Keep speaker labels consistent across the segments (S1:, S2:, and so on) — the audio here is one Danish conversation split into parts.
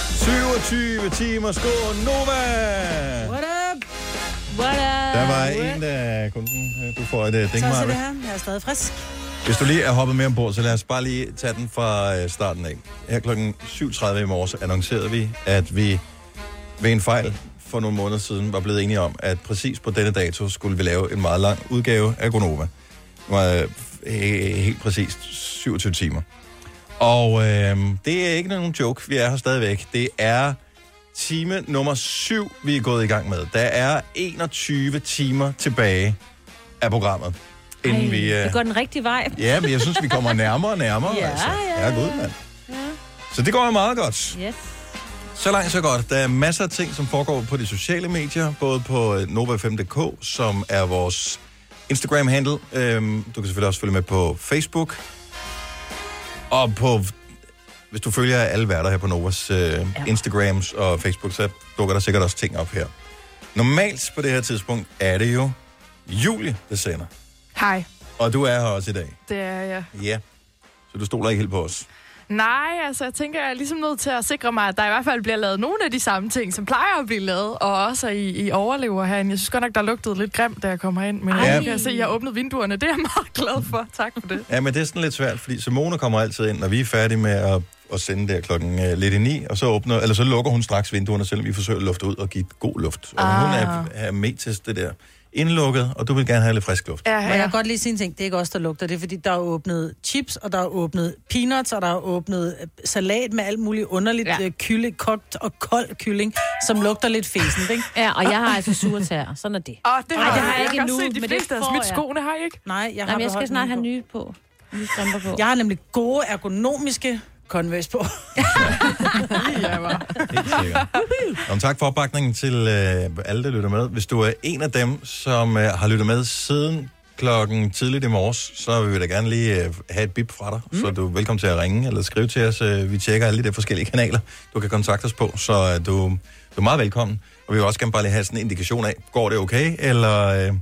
S1: 27 timer skål Nova!
S2: What up? What up?
S1: Der var en, der kunne den. Øh, Du får et øh, ding,
S2: Så er det
S1: Maja.
S2: her. Jeg er stadig frisk.
S1: Hvis du lige er hoppet med ombord, så lad os bare lige tage den fra øh, starten af. Her kl. 7.30 i morges annoncerede vi, at vi ved en fejl for nogle måneder siden var blevet enige om, at præcis på denne dato skulle vi lave en meget lang udgave af Gonova. Det var øh, he- helt præcist 27 timer. Og øh, det er ikke nogen joke, vi er her stadigvæk. Det er time nummer 7, vi er gået i gang med. Der er 21 timer tilbage af programmet, inden
S2: Ej,
S1: vi... øh,
S2: Det går den rigtige vej.
S1: Ja, men jeg synes, vi kommer nærmere og nærmere.
S2: Ja,
S1: altså.
S2: ja,
S1: ja. god, mand. Så det går jo meget godt.
S2: Yes.
S1: Så langt, så godt. Der er masser af ting, som foregår på de sociale medier, både på øh, nova5.dk, som er vores Instagram-handle. Øhm, du kan selvfølgelig også følge med på Facebook. Og på, hvis du følger alle værter her på Novas øh, ja. Instagrams og Facebook, så dukker der sikkert også ting op her. Normalt på det her tidspunkt er det jo Julie, der sender.
S3: Hej,
S1: Og du er her også i dag.
S3: det er jeg.
S1: Ja. Så du stoler ikke helt på os?
S3: Nej, altså jeg tænker, jeg er ligesom nødt til at sikre mig, at der i hvert fald bliver lavet nogle af de samme ting, som plejer at blive lavet, og også at I, I overlever herinde. Jeg synes godt nok, der lugtede lidt grimt, da jeg kom herind, men
S1: Ej.
S3: jeg kan se, at jeg åbnede vinduerne. Det er jeg meget glad for. Tak for det.
S1: Ja, men det er sådan lidt svært, fordi Simone kommer altid ind, når vi er færdige med at, at sende der klokken øh, lidt i ni, og så, åbner, eller så lukker hun straks vinduerne, selvom vi forsøger at lufte ud og give god luft. Og ah. hun er, er med til det der indlukket, og du vil gerne have lidt frisk luft.
S3: Ja,
S2: Må jeg
S3: ja.
S2: godt lige sige en ting? Det er ikke os, der lugter. Det er, fordi der er åbnet chips, og der er åbnet peanuts, og der er åbnet øh, salat med alt muligt underligt
S4: Ja.
S2: ja. kylling, kogt og kold kylling, som lugter lidt fæsent, ikke?
S4: Ja, og jeg har altså sure tæer. Sådan er det.
S3: Åh, det har
S4: Ej, det
S3: jeg,
S4: har jeg
S3: jeg
S4: ikke
S3: kan
S4: endnu,
S3: se, de
S4: men det
S3: fleste har
S4: får
S3: smidt
S4: jeg.
S3: skoene her, ikke?
S2: Nej, jeg har
S4: Jamen, jeg skal
S2: beholdt
S4: snart
S2: mine
S4: have
S2: på.
S4: nye på. Nye strømper på.
S2: Jeg har nemlig gode ergonomiske Converse på.
S3: Ja, bare.
S1: Helt sikkert. Nå, men tak for opbakningen til øh, alle, der lytter med. Hvis du er en af dem, som øh, har lyttet med siden klokken tidligt i morges, så vil vi da gerne lige øh, have et bip fra dig. Mm. Så du er velkommen til at ringe eller skrive til os. Øh, vi tjekker alle de der forskellige kanaler, du kan kontakte os på, så øh, du, du er meget velkommen. Og vi vil også gerne bare lige have sådan en indikation af, går det okay, eller... Øh, ja,
S2: Eller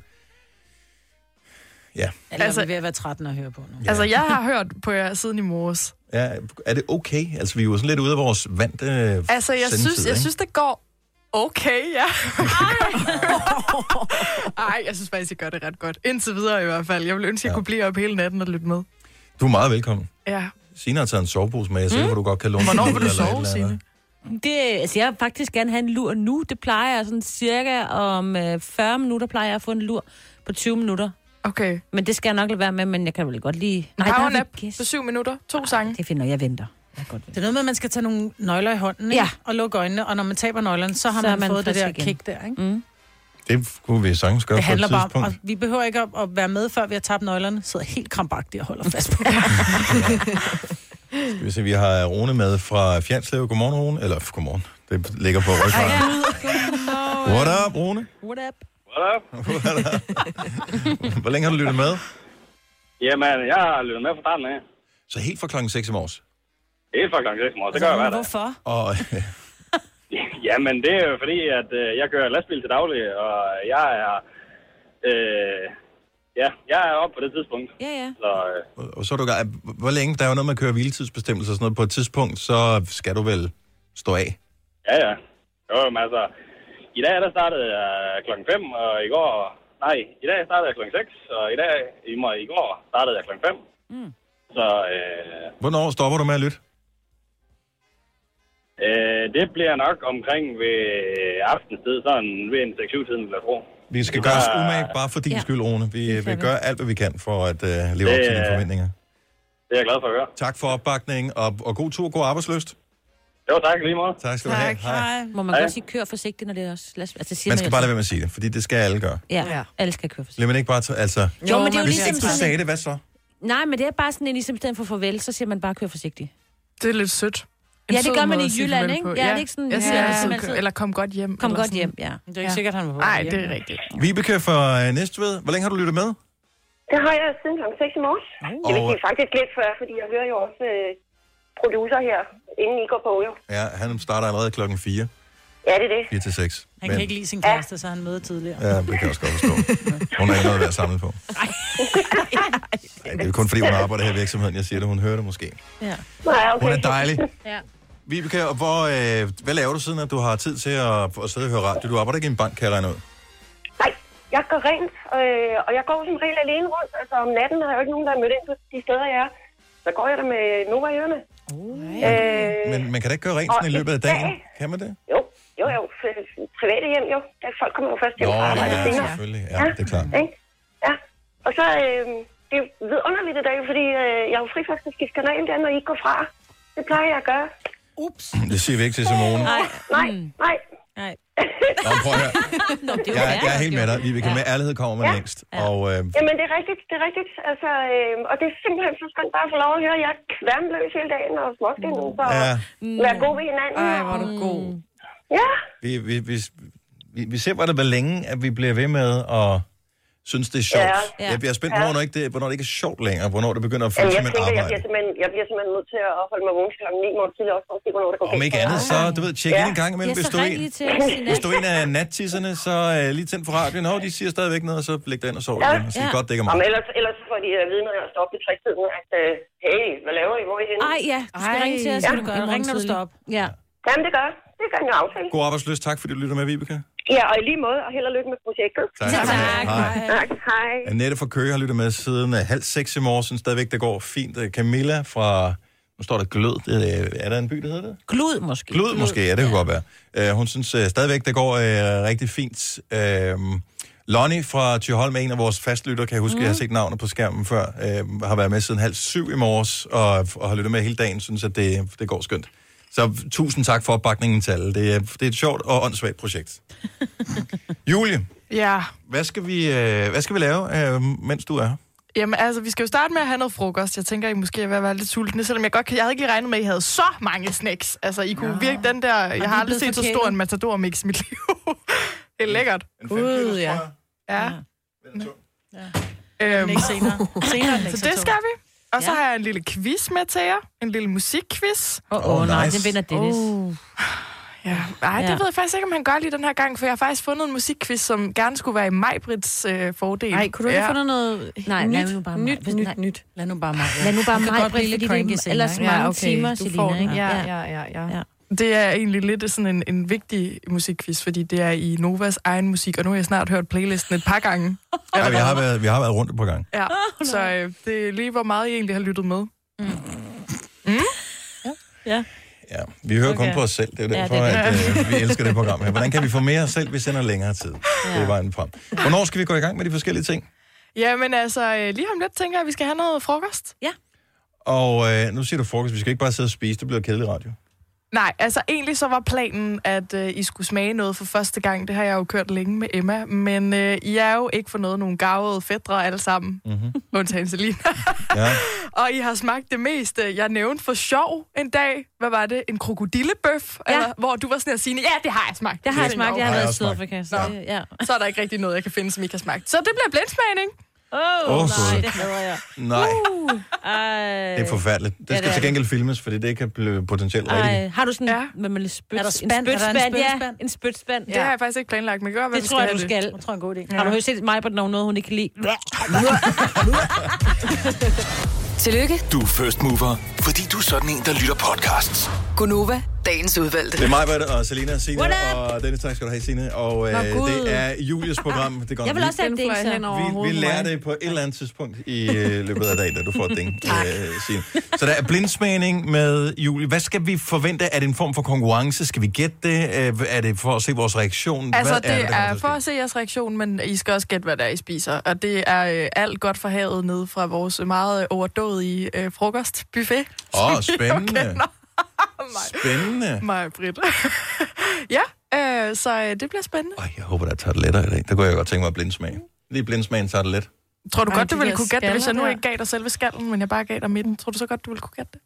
S2: altså,
S3: Altså-
S2: er vi ved at være 13 at høre på nu.
S3: Altså, jeg har hørt på jer siden i morges.
S1: ja, er det okay? Altså, vi er jo sådan lidt ude af vores vante øh,
S3: Altså, jeg synes,
S1: sendetid,
S3: jeg
S1: ikke?
S3: synes, det går okay, ja. Ej. Ej, jeg synes faktisk, I gør det ret godt. Indtil videre i hvert fald. Jeg ville ønske, jeg
S1: Ja.
S3: kunne blive op hele natten og lytte med.
S1: Du er meget velkommen.
S3: Ja.
S1: Signe har taget en sovepose med, jeg ser, mm. hvor du godt kan låne.
S3: Hvornår
S1: den
S3: vil du
S1: eller et
S3: sove,
S1: eller andet.
S3: Signe?
S4: Det, altså, jeg vil faktisk gerne have en lur nu. Det plejer jeg sådan cirka om øh, 40 minutter, plejer jeg at få en lur på 20 minutter.
S3: Okay.
S4: Men det skal jeg nok lade være med, men jeg kan vel godt lige...
S3: Nej,
S4: der har vi
S3: Powernap
S4: gæst.
S3: på syv minutter. To sange.
S4: Det finder jeg venter. Jeg kan godt
S2: Det er noget med, at man skal tage nogle nøgler i hånden, ikke?
S4: Ja.
S2: og lukke øjnene, og når man taber nøglerne, så har
S4: Så
S2: så
S4: er
S2: man,
S4: man
S2: man fået det
S4: frisk
S2: der
S4: igen.
S2: kick der. Ikke?
S4: Mm.
S1: Det kunne vi sagtens gøre
S2: Det
S1: på et
S2: handler bare om,
S1: tidspunkt.
S2: og vi behøver ikke at, at være med, før vi har tabt nøglerne. Sidder helt krampagtigt og holder fast på det.
S1: Skal vi se, vi har øh, Rune med fra Fjernslev. Godmorgen, Rune. Eller, pff, godmorgen. Det ligger på ryggen. What up, Rune?
S4: What up?
S5: What up?
S1: Hvor længe har du lyttet med?
S5: Jamen, jeg har lyttet med fra starten af.
S1: Så helt fra klokken 6 i morges.
S5: Helt fra klokken 6 morgen, det gør jeg hver dag.
S2: Hvorfor?
S1: Og
S5: Jamen, det er jo fordi, at øh, jeg kører lastbil til daglig, og jeg er... Øh, ja, jeg er oppe på det tidspunkt.
S4: Ja, ja.
S5: Så øh,
S1: og så er du i gang. Hvor længe? Der er jo noget med at køre hviletidsbestemmelser og sådan noget. På et tidspunkt, så skal du vel stå af.
S5: ja, ja. Jo, men altså, i dag der startede jeg klokken 5, og i går... Nej, i dag startede jeg klokken 6, og i dag i, må- i går startede jeg klokken 5. Mm. Så øh,
S1: Hvornår stopper du med at lytte?
S5: øh, det bliver nok omkring ved aftenstid, sådan ved en 6-7-tiden, vil jeg tro.
S1: Vi skal gøre os
S5: Ja.
S1: umage, bare for din
S4: Ja.
S1: skyld, Rune. Vi, øh,
S4: skal
S1: vi
S4: vi.
S1: gør alt, hvad vi kan for at øh, leve op
S5: Det
S1: til dine
S5: er-
S1: forventninger.
S5: Det er jeg glad for at høre.
S1: Tak for opbakningen, og, og god tur, god arbejdsløst.
S5: Jo, tak lige meget.
S1: Tak skal du have.
S3: Tak.
S2: Nej.
S4: Må man
S5: Hej.
S4: godt sige, kør forsigtigt, når det er også last... Altså, siger
S1: Man skal
S4: jo
S1: bare lade
S4: altid.
S1: være med at sige det, fordi det skal alle gøre.
S4: Ja,
S3: Ja.
S4: alle skal køre forsigtigt.
S1: Bliver man ikke bare tage, altså,
S4: Jo, men det er jo
S1: Hvis
S4: ligesom
S1: ikke du
S4: sådan...
S1: sagde det, hvad så?
S4: Nej, men det er bare sådan en, ligesom i stedet for farvel, så siger man bare, kør forsigtigt.
S3: Det er lidt sødt. En
S4: Ja, det
S3: sød
S4: gør man
S3: måde
S4: i
S3: at sige
S4: Jylland,
S3: farvel
S4: ikke?
S3: på.
S4: Ja, det er ikke sådan-
S3: Jeg siger
S4: Ja. altså,
S3: altid,
S4: Som altid.
S3: eller kom godt hjem.
S4: Kom
S3: eller
S4: godt
S3: sådan.
S4: hjem, ja.
S2: Det er ikke sikkert, han var på
S3: Nej,
S2: vej
S3: det
S2: hjem.
S3: er rigtigt.
S1: Vibeke fra øh, Næstved. Hvor længe har du lyttet med?
S6: Det har jeg siden kl. 6 i morges. Det vil
S1: Og-
S6: sige faktisk lidt før, fordi jeg hører jo også øh, producer her, inden I går på jo.
S1: Ja, han starter allerede klokken 4.
S6: Ja, det er det.
S1: 4 til 6.
S2: Han kan ikke lide sin kæreste, så han møder tidligere.
S1: Ja, det kan jeg også godt forstå. Hun har ikke noget at være samlet på. Ej, det er jo kun fordi, hun arbejder her i virksomheden. Jeg siger det, hun hører det måske.
S6: Nej,
S2: Ja.
S6: okay.
S1: Hun er dejlig.
S4: Ja.
S1: Vibeke, og hvor, øh, hvad laver du siden, at du har tid til at, at sidde og høre radio? Du arbejder ikke i en bank, kan jeg regne ud.
S6: Nej, jeg går rent, øh, og jeg går som regel alene rundt. Altså om natten har jeg jo ikke nogen, der er mødt ind på de steder, jeg er. Så går jeg der med Nova i ørerne. Oh, øh,
S1: Men man kan da ikke gøre rent sådan i
S6: Og
S1: løbet af
S6: i dag-
S1: dagen. Kan man det?
S6: Jo, jo, jo. F- Private hjem, jo. Der folk kommer jo først hjem og arbejder
S1: ja,
S6: senere.
S1: selvfølgelig. Ja, det er klart.
S6: Ikke? Ja. Og så, øh, det er vidunderligt i dag, fordi øh, jeg er jo fri for at skifte kanal der, når I går fra. Det plejer jeg at gøre.
S2: Ups.
S1: Det siger vi ikke til Simone.
S4: Nej,
S6: Nej, nej.
S4: nej.
S1: Nå, prøv at høre.
S4: Nå, det er jo
S1: Jeg,
S4: fair,
S1: jeg er helt med dig.
S4: jo.
S1: Vibeke, med ærlighed kommer man længst. Og øh,
S6: Jamen, det er rigtigt, det er rigtigt. Altså, øh, og det er simpelthen så skønt bare at få lov at høre, jeg er kværmløs hele dagen og småskin ud og
S1: ja,
S6: være god ved hinanden.
S3: Ej,
S6: og-
S3: hvor er du god.
S6: Ja,
S1: vi, vi, vi, vi, vi ser, hvor det var længe, at vi bliver ved med at synes, det er sjovt.
S6: Ja.
S1: Ja. Jeg bliver spændt, hvornår, det ikke, det, hvornår det ikke er sjovt længere. Hvornår det begynder at
S6: Jamen,
S1: føles
S6: jeg
S1: som et
S6: tænker, jeg
S1: arbejde.
S6: bliver, simpelthen, jeg bliver simpelthen nødt til at holde mig vågen kl. 9 morgen tidlig også, for at se, hvornår det går
S1: Om
S6: galt
S1: ikke
S6: for mig.
S1: andet, så du ved, tjek
S6: Ja.
S1: ind en gang imellem,
S4: Ja,
S1: hvis du
S4: så
S1: er
S4: ring lige
S1: en.
S4: til os i
S1: Hvis
S4: nat.
S1: du er en af nattisserne, så øh, lige tænd for radioen. Nå, de siger stadigvæk noget, og så læg dig ind og sov
S6: Ja.
S1: igen. Og sige,
S4: Ja.
S1: godt, det ikke er
S6: Om
S1: mig.
S6: ellers, ellers får de øh, at vide, når jeg står op i træktiden, at øh, hey, hvad laver I, hvor er I henne?
S4: Ej, ja, du skal
S3: Ej.
S4: ringe til os,
S2: Ja,
S4: skal du gøre i morgen
S2: ring, når du
S4: tidlig.
S2: står op.
S4: Ja.
S6: Jamen, det gør jeg. Det gør jeg en aftale.
S1: God arbejdsløs. Tak, fordi du lytter med, Vibeke.
S6: Ja, og i lige måde, og held og lykke med projektet.
S1: Tak. skal du have.
S4: Tak.
S1: Hej.
S6: Tak, hej.
S1: Annette fra Køge har lyttet med siden øh, halv seks i morges. Synes stadigvæk, det går fint. Øh, Camilla fra... Nu står der Glød. Det er- Er der en by, der hedder det?
S4: Glud måske.
S1: Glød måske, ja, det kunne godt være. Uh, hun synes uh, stadigvæk, det går uh, rigtig fint. Uh, Lonnie fra Thyholm er en af vores fastlytter, kan jeg huske, mm. jeg har set navnet på skærmen før. Uh, har været med siden halv syv i morges, og, og har lyttet med hele dagen, synes at det, det går skønt. Så tusind tak for opbakningen til alle. Det, er- det er et sjovt og åndssvagt projekt. Julie,
S3: Ja.
S1: hvad skal vi, uh, hvad skal vi lave, uh, mens du er her?
S3: Jamen altså, vi skal jo starte med at have noget frokost. Jeg tænker, I måske er ved at være lidt sultne, selvom jeg godt kan... Jeg havde ikke lige regnet med, at I havde så mange snacks. Altså, I kunne virke den der... Jeg har aldrig
S4: blevet
S3: set så stor
S4: forkælet.
S3: en matador-mix i mit liv. det er lækkert.
S1: Gud,
S4: ja.
S3: Ja.
S2: Men
S3: Øhm,
S2: ikke senere. Senere er den ikke
S3: så det skal vi. Og så
S4: Ja.
S3: har jeg en lille quiz med til jer. En lille musikquiz.
S4: Åh, oh,
S1: Åh,
S4: oh, nej,
S1: nice.
S4: den vinder Dennis. Oh.
S3: Ja, ej, det
S4: Ja.
S3: ved jeg faktisk ikke, om han gør lige den her gang, for jeg har faktisk fundet en musikquiz, som gerne skulle være i Majbrits øh, fordel.
S2: Nej, kunne du ikke
S3: ja.
S2: ja. finde noget
S4: Nej,
S2: nyt,
S4: lad nu bare mig.
S2: nyt,
S4: Hvis-
S2: nyt,
S4: nej.
S2: nyt? Lad nu bare mig. Ja.
S4: Lad nu bare
S2: Hun kan
S4: mig,
S2: godt blive
S4: Britt,
S2: lidt
S4: fordi
S2: cranky
S4: det er
S2: senere,
S4: ellers
S2: ikke?
S4: mange timer,
S3: du
S4: Selina,
S3: får den.
S4: ikke?
S3: Ja,
S4: Ja.
S3: ja, ja, ja.
S4: Ja.
S3: Det er egentlig lidt sådan en, en vigtig musikquiz, fordi det er i Novas egen musik, og nu har jeg snart hørt playlisten et par gange.
S1: Ja, vi, har været, vi har været rundt et par gange.
S3: Ja, så øh, det er lige, hvor meget I egentlig har lyttet med. Mm?
S1: Ja, vi hører okay. kun
S4: Okay.
S1: på os selv. Det er jo
S4: Ja,
S1: derfor,
S4: det
S1: ja, det. at øh, vi elsker det program her. Hvordan kan vi få mere os selv, vi sender længere tid? Ja. Det er vejen frem. Hvornår skal vi gå i gang med de forskellige ting?
S3: Jamen altså, øh, lige om lidt tænker jeg, at vi skal have noget frokost.
S1: Og øh, nu siger du frokost. Vi skal ikke bare sidde og spise. Det bliver kedelig radio.
S3: Nej, altså egentlig så var planen, at øh, I skulle smage noget for første gang. Det har jeg jo kørt længe med Emma, men øh, I er jo ikke for noget nogle gavede fædre alle sammen. Mm-hmm. Undtagen Selina.
S1: Ja.
S3: Og I har smagt det meste. Jeg nævnte for sjov en dag, hvad var det, en krokodillebøf,
S4: Ja.
S3: ja. hvor du var sådan at sige, ja, det har jeg smagt.
S4: Det har jeg
S3: tænker,
S4: smagt, jeg har
S1: Har jeg
S4: været i
S1: også smagt.
S4: Sydafrika. Så, det- ja.
S3: "Okay, Så er der ikke rigtig noget, jeg kan finde, som I ikke har smagt. Så det bliver blindsmagning.
S4: Åh,
S1: Åh,
S4: oh,
S1: gud.
S4: nej, det hader jeg.
S1: Nej,
S4: Ej.
S1: det er forfærdeligt. Det
S4: Uh. Ja,
S1: skal
S4: det er
S1: til gengæld filmes, fordi det kan blive potentielt rigtigt.
S4: Ej, har du sådan
S3: Ja.
S4: ja. med, med lidt spyt,
S2: Er der spand? Er
S4: en
S2: der en
S4: spytspand? Ja,
S2: spytspand?
S4: en spytspand.
S3: Det har
S4: Ja.
S3: jeg faktisk ikke planlagt, men gør, hvad
S4: Det
S3: vi
S4: tror jeg,
S3: have
S4: du skal.
S2: Jeg tror, en god idé.
S4: Har du hørt set mig på noget, noget, hun ikke kan lide?
S7: Tillykke,
S8: Du er first mover, fordi du er sådan en, der lytter podcasts.
S7: Gunova, dagens udvalgte.
S1: Det er mig, Britt, og Selina, Signe,
S4: What up?
S1: og Dennis, tak skal du have, Signe. Og øh,
S4: Nå, Gud.
S1: det er Julies program. Det går
S4: Jeg vil også have
S3: Den
S4: det, ikke
S3: fløj
S4: så?
S3: hen over
S1: Vi, vi
S3: hovedet på
S1: lærer
S3: mig.
S1: det på et eller andet tidspunkt i øh, løbet af dagen, da du får et ding. øh, Signe. så der er blindsmagning med Julie. Hvad skal vi forvente? Er det en form for konkurrence? Skal vi gætte det? Øh, Er det for at se vores reaktion?
S3: Altså,
S1: Hvad
S3: det
S1: der kommer
S3: er
S1: til
S3: for
S1: at
S3: at se jeres reaktion, men I skal også gætte, hvad der I spiser. Og det er øh, alt godt for havet nede fra vores meget overdådige øh, frokostbuffet.
S1: ske? Åh, oh, spændende. spændende.
S3: Mig og Britt. ja, øh, så øh, det bliver spændende.
S1: Ej, jeg håber, der tager det lettere i dag. Der kunne jeg godt tænke mig at blindsmage. Lige blindsmagen tager det let.
S3: Tror du
S2: Ej,
S3: godt,
S2: de
S3: du ville
S2: der
S3: kunne gætte det, hvis jeg nu
S2: skaller
S3: ikke gav dig selve skallen, men jeg bare gav dig midten? Tror du så godt, du ville kunne gætte det?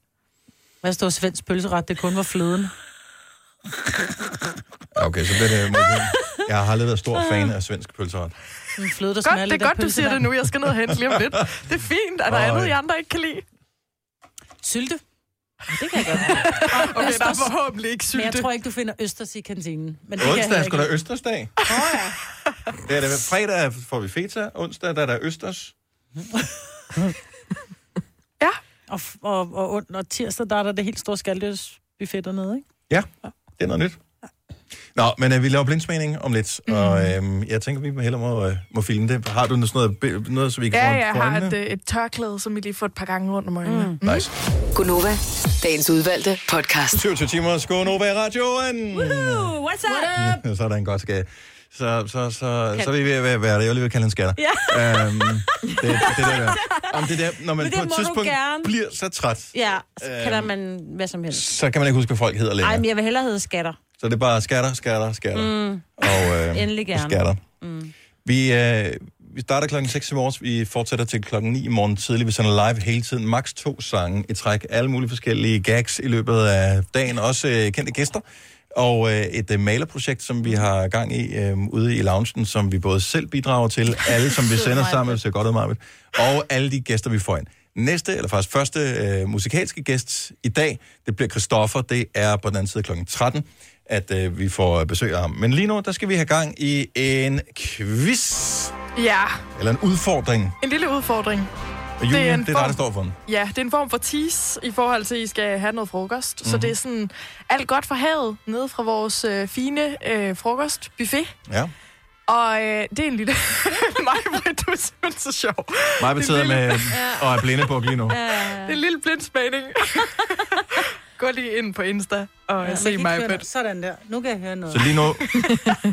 S2: Hvad står Svends pølseret? Det kun var fløden.
S1: Ja, Okay, så bliver det... Jeg har aldrig været stor fan af svensk pølseret.
S2: En fløde, der smager
S3: Godt, det
S2: lidt
S3: er
S2: af
S3: godt, du siger det
S2: pølsevand.
S3: nu. Jeg skal ned og hente lige om lidt. Det er fint. Er der
S1: Ej.
S3: andet, I andre ikke kan lide?
S2: Sylte.
S4: Det kan jeg godt.
S3: Okay, der er forhåbentlig ikke
S2: Men jeg
S3: sylte.
S2: tror ikke, du finder Østers i kantinen. Men det kan
S1: Onsdag er
S2: jeg
S1: sgu da Østersdag. Oh, ja. Det er det. Fredag får vi feta. Onsdag der er der Østers.
S3: Ja,
S2: Og, f- og, og, und- og tirsdag, der er der det helt store skaldøs buffet dernede, ikke?
S1: Ja, det er noget nyt. Nå, men øh, vi laver blindsmagning om lidt, mm. og
S3: Mhm.
S1: øh, jeg tænker, vi må hellere må, øh, må filme det. Har du noget, sådan noget, bi- noget så vi kan
S3: Ja,
S1: få
S3: jeg
S1: for
S3: har
S1: øjnene?
S3: et, øh, et tørklæde, som I lige får et par gange rundt om øjnene. Mm.
S1: Nice.
S7: Gunova, dagens udvalgte podcast.
S1: 27 timer, Skånova i radioen!
S4: Uh, what's up? What
S1: Så er der en godt skat. Så, så, så, så, så er vi ved at være, være det. Jeg vil lige ved at kalde en skatter. Ja. Øhm, det, det, der, med- om det der, når man
S4: Men
S1: det
S4: det
S1: på et
S4: må du
S1: tidspunkt
S4: gerne.
S1: bliver så træt,
S4: Ja, så kalder man hvad som helst.
S1: Øhm. så kan man ikke huske, hvad folk hedder længere.
S4: Ej, men jeg vil hellere hedde skatter.
S1: Så det er bare skatter, skatter, skatter. Mm. Og, øh,
S4: Endelig gerne.
S1: Skatter. Mm. Vi, øh, vi starter klokken 6 i morges. Vi fortsætter til klokken 9 i morgen tidlig. Vi sender live hele tiden. Max to sange i træk. Alle mulige forskellige gags i løbet af dagen. Også øh, kendte gæster. Og øh, et øh, malerprojekt, som vi har gang i øh, ude i loungen, som vi både selv bidrager til, alle som vi sender sammen, så godt ud, Marvind, og alle de gæster, vi får ind. Næste, eller faktisk første øh, musikalske gæst i dag, det bliver Christoffer. Det er på den anden side kl. 13, at øh, vi får besøg af ham. Men lige nu, der skal vi have gang i en quiz,
S3: Ja,
S1: eller en udfordring.
S3: en lille udfordring.
S1: Og Julie, det er,
S3: en
S1: det er dig,
S3: form-
S1: der står for den.
S3: Ja, det er en form for tease i forhold til, at I skal have noget frokost. Mm-hmm. Så det er sådan alt godt fra havet, nede fra vores øh, fine øh, frokostbuffet.
S1: Ja.
S3: Og øh, det er en lille... Mig, Britt, du er simpelthen så sjov.
S1: Mig
S3: Det
S1: betyder
S3: lille-
S1: med og er blinde på lige nu.
S3: Det er en lille blindsmagning. Gå lige ind på Insta og ja, se
S2: Man kan
S3: mig,
S2: ikke
S3: Britt.
S2: høre noget. Sådan der. Nu kan jeg høre noget.
S1: Så lige nu,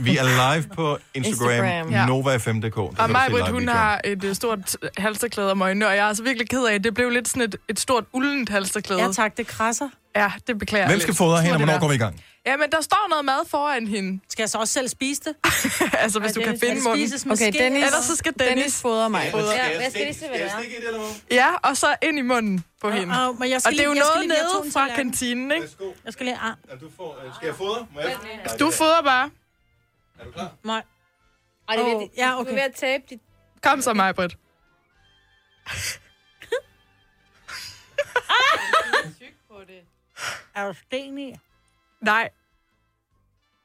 S1: vi er live på Instagram,
S9: Instagram.
S1: Instagram.
S3: Ja.
S1: Nova5.dk.
S3: Og Majbrit, hun har et øh, stort halsterklæde om øjnene, og jeg er altså virkelig ked af, at det blev lidt sådan et, et stort uldent halsterklæde.
S2: Ja tak, det krasser.
S3: ja det beklager jeg
S1: Hvem skal
S3: lidt.
S1: fodre hende, og
S3: Sådan må
S1: hvornår
S3: det
S1: går vi i gang?
S3: være. Jamen, der står noget mad foran hende,
S2: Skal jeg så også selv spise det?
S3: altså hvis du kan finde munden.
S2: Spises med
S9: Okay,
S2: ske?
S9: Dennis,
S3: Ellers så skal Dennis-
S9: Dennis fodrer mig.
S4: Ja, jeg skal lige se, hvad det er.
S3: Ja, og så ind i munden på hende.
S2: Au, men jeg skal
S3: Og det er jo
S2: lige, jeg
S3: noget
S2: skal lige- jeg tog en
S3: nede fra
S2: tallerken.
S3: kantinen, ikke?
S2: Jeg skal lige... Ah,
S1: Du får, øh, skal jeg fodre? Må jeg?
S3: Du fodrer bare.
S2: nej.
S4: Ej, det er ved,
S2: Åh, ja,
S4: Du
S2: okay.
S4: er ved at tabe dit...
S3: Kom så, Majbrit.
S4: Ah!
S2: Er du sten i?
S3: Nej.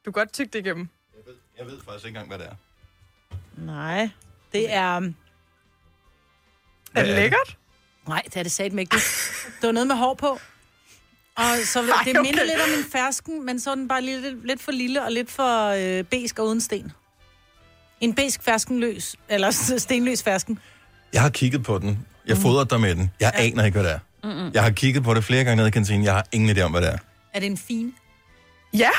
S3: Du kan godt tygge det igennem.
S1: Jeg ved faktisk ikke engang, hvad det er.
S2: Nej. Det er... um,
S3: Er
S1: Hvad er
S3: det
S1: det?
S3: lækkert?
S2: Nej, det er det satme ikke. Det- Det var noget med hår på. Og så
S3: Ej,
S2: det minder
S3: okay.
S2: lidt om en fersken, men så er den bare lidt, lidt for lille og lidt for øh, besk og uden sten. En besk ferskenløs, eller stenløs fersken.
S1: Jeg har kigget på den. Jeg fodrer dig med den. Jeg aner ikke, hvad det er. Mm-mm. Jeg har kigget på det flere gange nede i kantinen. Jeg har ingen idé om, hvad det er.
S2: Er det en fin?
S3: Ja,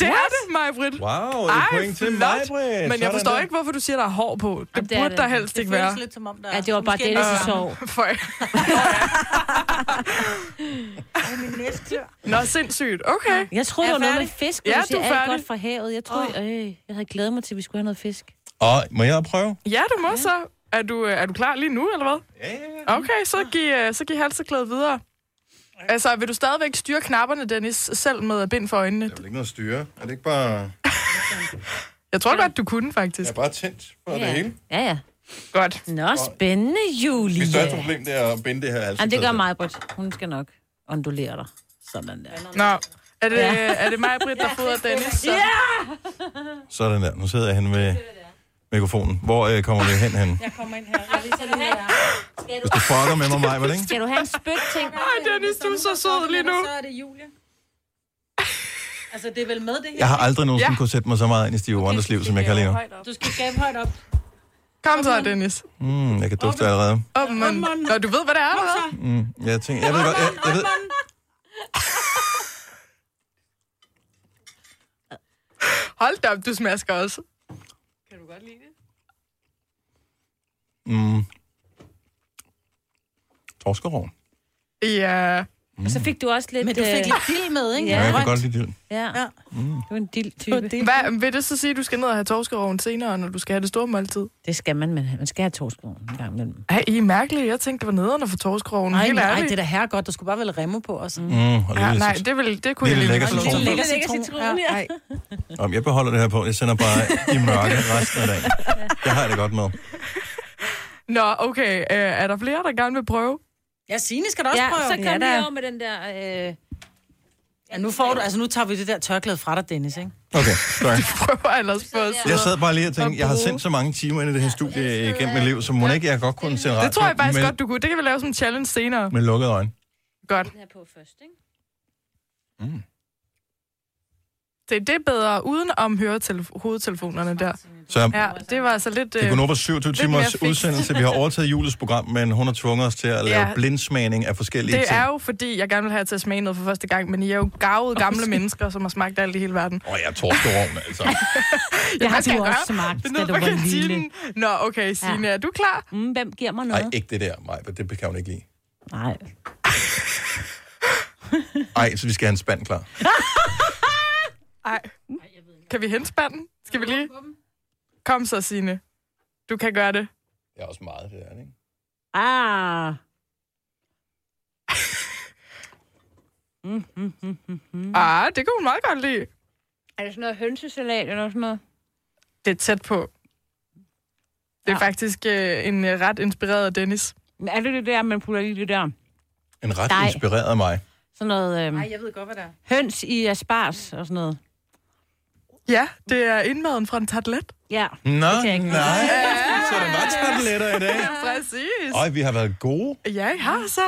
S3: det er det, Majbrit.
S1: Wow, et
S3: Ej,
S1: point til mig,
S3: flot. Men jeg forstår ikke, hvorfor du siger, der er hår på. Det,
S4: det er
S3: burde
S4: det.
S3: der helst
S2: Det
S3: ikke være.
S2: føles lidt som om, der
S4: Ja, det var bare
S2: Måske-
S4: Dennis' sorg.
S3: For...
S2: Åh, min næse klør.
S3: Nå, sindssygt. Okay.
S4: Jeg troede,
S2: Er
S4: det var noget med
S2: færdig?
S4: fisk,
S3: Ja,
S4: ja, du
S3: du
S4: siger,
S3: er
S4: alt
S3: færdig.
S4: godt fra havet. Jeg troede, oh. øh, jeg havde glædet mig til, at vi skulle have noget fisk.
S1: Og må jeg prøve?
S3: Ja, du må så. Er du, øh, er du klar lige nu, eller hvad?
S1: Ja, ja, ja.
S3: Okay, så giv, øh, så giv halserklædet videre. Altså, vil du stadigvæk styre knapperne, Dennis, selv med bind for øjnene?
S1: Der er vel ikke noget at styre. Er det ikke bare...
S3: Jeg tror godt, du kunne,
S1: Jeg
S3: faktisk.
S1: er bare tændt på
S4: ja.
S1: det hele.
S4: Ja, ja.
S3: Godt.
S4: Nå, spændende, Julie.
S1: Mit største problem, det er at binde det her halsen.
S4: Jamen, det gør mig, Britt. Hun skal nok ondulere dig. Sådan der.
S3: Nå, er det, er det mig, Britt, der fodrer Dennis? Så?
S1: Sådan der. Nu sidder jeg henne ved mikrofonen. Hvor øh, kommer det hen hen?
S2: Jeg kommer ind her. Jeg viser lige, hvad der er.
S1: Hvis du fucker med mig, Maja, ikke?
S4: Skal du have en spyt ting?
S3: Ej, Dennis, du er så sød lige nu.
S2: Så er det Julie. Altså, det er vel med det her?
S1: Jeg har aldrig nogensinde
S3: Ja.
S1: kunne sætte mig så meget ind i Steve Wonders liv, som jeg kan lige nu.
S2: Du skal skabe højt op.
S3: Kom så, Dennis.
S1: Mm, jeg kan dufte allerede. Mm,
S3: Åben munden. Nå, du ved, hvad det er, eller hvad?
S1: Jeg tænker, jeg ved godt, jeg, jeg ved...
S3: Hold da op, du smasker også.
S1: Mm. Torskerov.
S3: Ja.
S1: Mm.
S4: Og så fik du også lidt...
S2: Men du fik
S4: øh,
S2: lidt dild med, ikke?
S4: Ja.
S1: Ja, jeg kan godt
S2: Grønt.
S1: lide det. Mm.
S4: Ja.
S2: Ja.
S4: Du er en dild type.
S3: Hvad, vil det så sige, at du skal ned og have torskeroven senere, når du skal have det store måltid?
S4: Det skal man, men man skal have torskrogen en gang imellem.
S3: Ej, I er mærkelige. Jeg tænkte, det var nederne for torskeroven.
S2: Nej,
S3: Helt
S2: nej,
S3: ærligt.
S2: det er da herre godt. Der skulle bare vel remme på os. Mm.
S1: Mm, og
S3: Ja,
S1: lidt
S3: nej,
S1: citron.
S3: det, vil, det kunne
S1: Lille
S3: jeg lige
S1: lækker
S3: lide.
S1: citron.
S2: Lækker
S4: Lækker citron,
S2: citron. Ja.
S4: ja.
S9: Ej,
S1: Om jeg beholder det her på. Jeg sender bare i mørke resten af dagen. Det har jeg det godt med.
S3: Nå, okay. Øh, er der flere, der gerne vil prøve?
S2: Ja, Signe skal da også
S4: Ja,
S2: prøve.
S4: så
S2: Så...
S4: kom
S9: Ja,
S4: ja,
S9: da.
S4: over med den der... Øh,
S2: Ja, nu, får du, altså, nu tager vi det der tørklæde fra dig, Dennis, ikke?
S1: Okay, sorry.
S3: Prøver ellers på at sidde.
S1: Jeg sad bare lige og tænkte, jeg har sendt så mange timer ind i det her studie igennem mit liv, så må ikke jeg godt kunne sende radio.
S3: Det tror jeg faktisk
S1: med,
S3: godt, du kunne. Det kan vi lave som en challenge senere.
S1: Med lukkede øjne.
S3: Godt.
S4: den her på først, ikke?
S3: Det, det er bedre uden om høretelef- hovedtelefonerne der.
S1: Så
S3: Ja, det var altså lidt...
S1: Det er
S3: Øh,
S1: Gunova 27
S3: lidt mere
S1: timers
S3: fikst.
S1: udsendelse. Vi har overtaget Jules program, men hun har tvunget os til at lave
S3: Ja.
S1: blindsmagning af forskellige
S3: det
S1: ting.
S3: er jo fordi, jeg gerne vil have jer til at smage noget for første gang, men I er jo gavede gamle mennesker, som har smagt alt i hele verden.
S1: Åh, jeg er torskerovn, altså.
S4: Det har
S3: Hvad skal
S4: du
S3: jeg
S4: også
S3: gøre?
S4: smagt,
S3: Det
S4: da
S3: er nede
S4: du var
S3: fra
S4: lille.
S3: kantinen. Nå, okay, Signe,
S4: Ja.
S3: er du klar?
S4: Mm, hvem giver mig
S1: Nej,
S4: noget?
S1: ikke det der, Maj, for det kan hun ikke lide.
S4: Nej.
S1: Ej, så vi skal have en spand klar.
S3: Ej. Kan vi hente spanden? Skal vi lige? Kom så, Signe. Du kan gøre det.
S1: Det er også meget, det der, ikke?
S4: Ah.
S3: Ah, det kunne hun meget godt lide.
S4: Er det sådan noget hønsesalat eller sådan noget?
S3: Det er tæt på. Det er
S4: Ja.
S3: faktisk øh, en øh, ret inspireret af Dennis.
S4: Men er det det der, man putter i det der?
S1: En ret
S4: Nej.
S1: inspireret af mig.
S4: Sådan noget øhm,
S2: Nej, jeg ved godt, hvad det er.
S4: høns i asparges og sådan noget.
S3: Ja, det er indmaden fra en tatlet.
S4: Ja.
S1: Nå,
S4: kan jeg ikke.
S1: nej. Så det var tabletter i dag.
S3: Præcis.
S1: Ej, vi har været gode.
S3: Ja, I har så.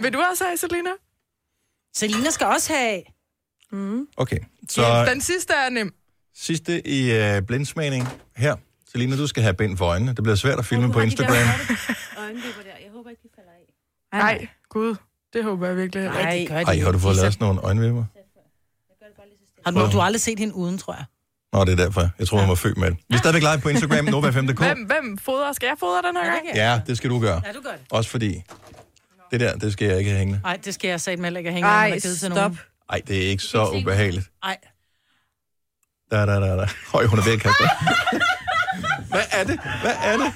S3: Vil du også have, Selina?
S2: Selina skal også have af.
S1: Okay, så
S3: Mm. Den sidste er nem.
S1: sidste i øh, blindsmagning her. Selina, du skal have bind for øjnene. Det bliver svært at filme på Instagram.
S9: øjenvipper der. Jeg håber ikke, de falder af.
S3: Nej, gud. Det håber jeg virkelig heller ikke.
S2: Nej, det gør de
S1: Ej,
S2: ikke.
S1: har du fået
S2: De
S1: lavet sådan nogle øjenvipper?
S2: Har du, du har aldrig set hende uden, tror jeg.
S1: Nå, det er derfor. Jeg tror, hun var født med det. Vi er stadigvæk live på Instagram, Nova5.dk.
S3: Hvem, hvem fodrer? Skal jeg fodre den her gang?
S1: Ja, det skal du gøre.
S2: Ja, du gør det.
S1: Også fordi, det der, det skal jeg ikke have hængende.
S2: Nej, det skal jeg satme heller ikke have hængt
S9: Ej,
S2: med givet til
S9: stop.
S2: nogen.
S1: Ej, det er ikke så ubehageligt.
S2: Ej,
S1: Da, da, da, da. Høj, hun er væk, Kasper. Hvad er det? Hvad er det?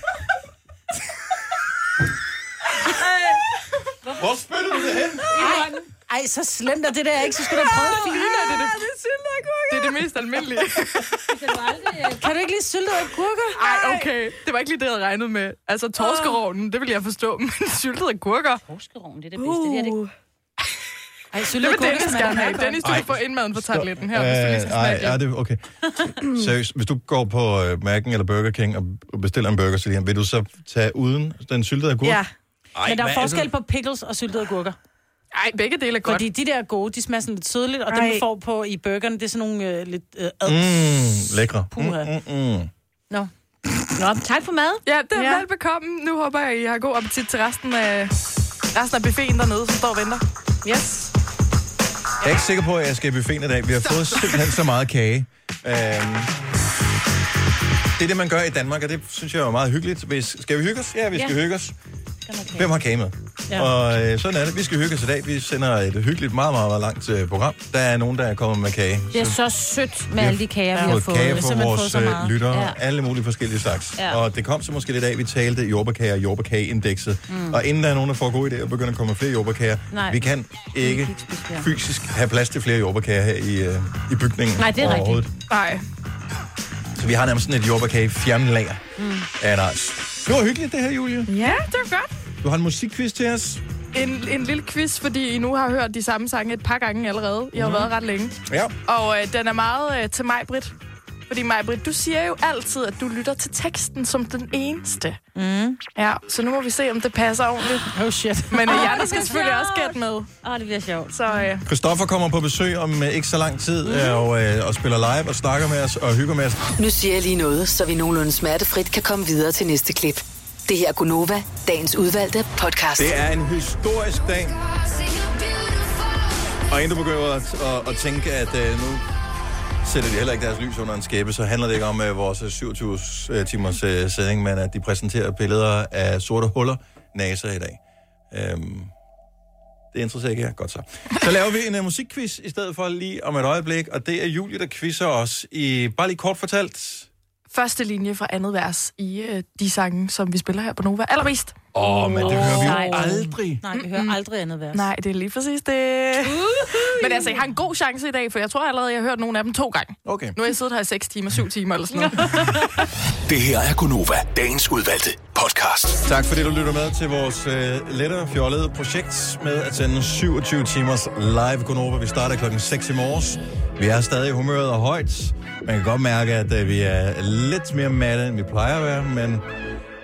S1: Hvor spiller du det hen?
S2: ej, så slemt er det der ikke, så skal du prøve at file.
S3: Ja, det, er det, det er det mest almindelige.
S2: Kan du ikke lige sylte og gurker?
S3: Ej, okay. Det var ikke lige det, jeg havde regnet med. Altså, torskerovnen, det ville jeg forstå, men syltede agurker. Uh.
S4: Torskerovn, det er det bedste. Det er det.
S2: Ej, sylte
S3: Det
S2: og
S3: vil
S2: gurker,
S3: Dennis
S2: smager
S3: gerne have.
S2: meget godt.
S3: Dennis, du kan få indmaden på tabletten her, hvis du lige skal
S1: Nej, ja,
S3: smage det.
S1: det Øh, er okay. Seriøst, hvis du går på øh, Mac'en eller Burger King og og bestiller en burger, Selina, vil du så tage uden den syltede agurk?
S9: Ja.
S1: Ej,
S2: Men der
S1: hvad
S2: er
S1: det?
S2: forskel på pickles og syltede gurker.
S3: Ej, begge dele er godt.
S2: Fordi de der er gode, de smager sådan lidt sødligt, og dem
S9: Ej.
S2: vi får på i burgerne, det er sådan nogle øh, lidt øh, ad.
S1: Mm, lækre.
S2: Puha.
S1: Mm, mm, mm.
S2: Nå.
S4: Nå, tak for mad.
S3: Ja, det er ja. velbekomme. Nu håber jeg, I har god appetit til resten af, resten af buffeten dernede, som står og venter. Yes.
S1: Jeg er ikke sikker på, at jeg skal i buffeten i dag. Vi har fået simpelthen så meget kage. Øhm, det er det, man gør i Danmark, og det synes jeg er meget hyggeligt. Hvis, skal vi hygge os? Ja, vi skal ja.
S4: Ja.
S1: hygge os. Hvem har kage med? Ja. Og øh, sådan er det. Vi skal hygge os i dag. Vi sender et hyggeligt, meget, meget, meget langt øh, program. Der er nogen, der er kommet med kage.
S4: Det er så sødt med alle de kager, vi har
S1: fået
S4: fået.
S1: kage
S4: Vi har
S1: for
S4: simpelthen
S1: vores
S4: fået så
S1: øh,
S4: meget.
S1: lyttere, ja.
S4: Ja.
S1: alle mulige forskellige slags. Ja.
S4: Ja.
S1: Og det kom så måske lidt af, vi talte jordbærkager og jordbærkageindekset. Mm. Og inden der er nogen, der får gode idéer, begynder at komme flere jordbærkager.
S4: Nej.
S1: Vi kan ikke
S4: kan ikke spise flere.
S1: fysisk have plads til flere jordbærkager her i, øh, i bygningen.
S4: Nej, det er rigtigt.
S1: overhovedet.
S3: Nej.
S1: Så vi har nærmest sådan et jordbærkage fjernlager mm. af en art. Det var hyggeligt, det her, Julie.
S3: Ja, det er godt.
S1: Du har en musikquiz til os.
S3: En, en lille quiz, fordi I nu har hørt de samme sange et par gange allerede. I har
S4: Mhm.
S3: været ret længe.
S1: Ja.
S3: Og øh, den er meget øh, til mig, Britt. Fordi mig, Britt, du siger jo altid, at du lytter til teksten som den eneste. Mm. Ja, så nu må vi se, om det passer ordentligt.
S2: Oh shit.
S3: Men øh, jer, der skal
S4: er
S3: selvfølgelig også
S4: sjovt.
S3: gætte med.
S4: Åh, det bliver sjovt.
S3: Så øh,
S1: Christoffer kommer på besøg om øh, ikke så lang tid
S4: Mhm.
S1: mm. og, øh, og spiller live og snakker med os og hygger med os.
S7: Nu siger jeg lige noget, så vi nogenlunde smertefrit kan komme videre til næste klip. Det her er Gunova, dagens udvalgte podcast.
S1: Det er en historisk dag. Og inden du begynder at, at, at tænke, at uh, nu sætter de heller ikke deres lys under en skæbe, så handler det ikke om uh, vores øh, 27 øh, timers uh, sending, men at de præsenterer billeder af sorte huller, NASA i dag. Um, det interesserer ikke jer. Godt så. Så laver vi en uh, musikquiz i stedet for lige om et øjeblik, og det er Julie, der quizzer os i, bare lige kort fortalt,
S3: første linje fra andet vers i øh, de sange, som vi spiller her på Nova. Allermest.
S1: Åh, oh, men det hører vi
S4: Sejt.
S1: jo aldrig.
S2: Nej, vi hører aldrig andet vers.
S3: Nej, det er lige præcis det. Men altså, jeg har en god chance i dag, for jeg tror allerede, jeg har hørt nogle af dem to gange.
S1: Okay.
S3: Nu har jeg siddet her i 6 timer, 7 timer eller sådan noget.
S8: Det her er Gonova, dagens udvalgte podcast.
S1: Tak fordi du lytter med til vores øh, lettere fjollede projekt med at sende 27 timers live Gonova. Vi starter klokken 6 i morges. Vi er stadig i humøret og højt. Man kan godt mærke, at øh, vi er lidt mere matte, end vi plejer at være, men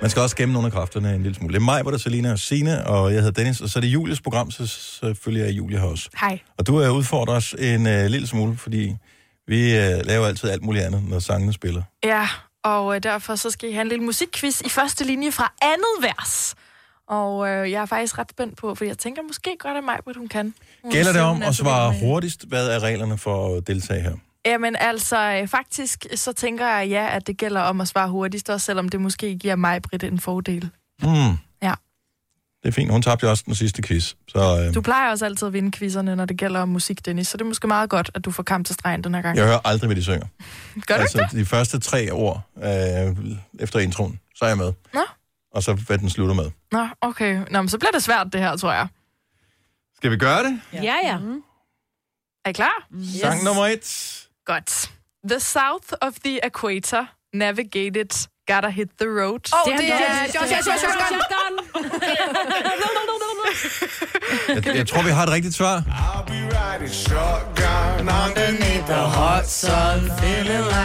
S1: Man skal også gemme nogle af kræfterne en lille smule. Det er mig, hvor der Selina og Sine, og jeg hedder Dennis, og så er det Julies program, så selvfølgelig er Julie her også.
S3: Hej.
S1: Og du er udfordrer os en øh, lille smule, fordi vi øh, laver altid alt muligt andet, når sangene spiller.
S3: Ja, og øh, derfor så skal I have en lille musikquiz i første linje fra andet vers. Og øh, jeg er faktisk ret spændt på, for jeg tænker måske godt, at Majbrit, hun kan. Hun
S1: Gælder det
S3: siger,
S1: om
S3: hun er
S1: at
S3: så vild
S1: svare
S3: med-
S1: hurtigst, hvad er reglerne for at deltage her?
S3: Jamen altså, øh, faktisk så tænker jeg, ja, at det gælder om at svare hurtigst, også selvom det måske giver Majbrit en fordel.
S1: Mm.
S3: Ja.
S1: Det er fint. Hun tabte jo også den sidste quiz. Så øh,
S3: Du plejer også altid at vinde quizzerne, når det gælder om musik, Dennis, så det er måske meget godt, at du får kamp til stregen den her gang.
S1: jeg hører aldrig, hvad de synger.
S3: Gør du
S1: altså, de første tre ord øh, efter introen, så er jeg med.
S3: Nå.
S1: Og så hvad den slutter med.
S3: Nå, okay. Nå, men så bliver det svært, det her, tror jeg.
S1: Skal vi gøre det?
S4: Ja, ja. Mm.
S3: Er I klar?
S1: Yes. Sang nummer et.
S3: Godt. The south of the equator, navigated, gotta hit the road.
S4: Det, det er Josh, Josh, Josh,
S1: Jeg, jeg tror, vi har et rigtigt svar.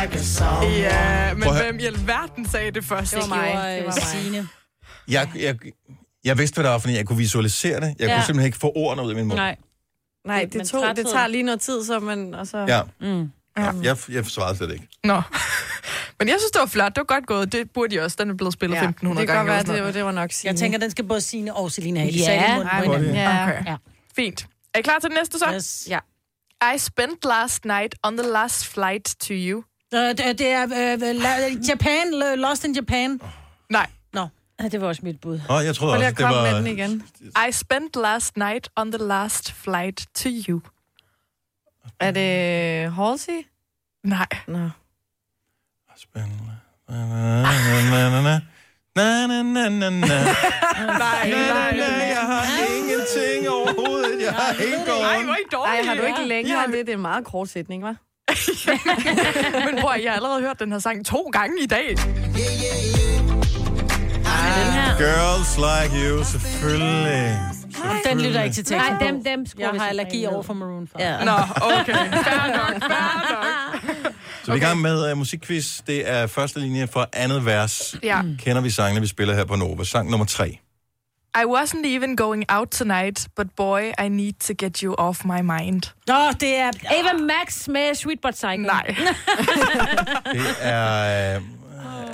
S3: Ja, men
S1: Prøv at høre.
S3: hvem i alverden sagde det først?
S4: Det var mig. Det var mig.
S2: Signe.
S1: Jeg, jeg, jeg vidste, hvad der var, fordi jeg kunne visualisere det. Jeg ja.
S4: Ja.
S1: kunne simpelthen ikke få ordene ud af min mund.
S4: Nej.
S9: Nej,
S4: Men
S9: det, tog, det
S4: trætheden.
S9: tager lige noget tid, så man... Og så...
S1: Ja.
S4: Mm.
S1: Ja, jeg, jeg svarede slet ikke.
S3: Nå. Men jeg synes, det var flot. Det var godt gået. Det burde de også. Den er blevet spillet ja, 1500
S9: det kan godt
S3: gange.
S9: være,
S3: eller sådan
S9: det var, det var nok Signe.
S2: Jeg tænker, den skal både Signe og Selina have. De
S4: Ja.
S2: sagde det i munden på
S9: Ej,
S2: hinanden.
S9: men, ja.
S3: noget. Okay.
S4: Ja.
S3: Ja. Fint. Er I klar til det næste så? Yes.
S2: Yes.
S9: Ja.
S3: I spent last night on the last flight to you.
S2: Øh, det, det er øh, la- Japan, L- Lost in Japan.
S3: Nej.
S2: Nå,
S4: Ja, Det var også mit bud.
S1: Nå, jeg troede
S9: Prøv lige
S1: også,
S9: at
S1: det
S9: komme
S1: var...
S9: med den igen.
S3: I spent last night on the last flight to you.
S9: Er det Halsey?
S3: Nej.
S9: Nå.
S1: Spændende. Na, na, na, na, na, na, na, na, na.
S3: Nej,
S1: Na, na, na,
S3: nej, nej.
S1: Jeg har ingenting overhovedet. Jeg har ikke
S3: Ej,
S1: gården.
S3: hvor er I dårlige.
S9: Nej, har du ikke længere
S3: Ja.
S9: ja. det? Det er en meget kort sætning, hva'?
S3: Men bror, jeg har allerede hørt den her sang to gange i dag.
S1: Girls like you, selvfølgelig.
S2: den lytter jeg ikke til teksten
S4: Nej,
S2: på.
S4: dem, dem skruer
S2: Jeg
S4: vi
S2: har
S4: simpelthen
S2: allergi
S4: ned.
S2: over for Maroon 5.
S4: Ja.
S3: Nå, okay. Fair nok, fair nok.
S1: Så vi er i gang med uh, musikquiz. Det er første linje fra andet vers.
S3: Ja.
S1: Kender vi sangene, vi spiller her på Nova. Sang nummer tre.
S3: I wasn't even going out tonight, but boy, I need to get you off my mind.
S2: Nå, det er...
S4: Ava Max med Sweet But Psycho.
S3: Nej.
S1: Det er... øh,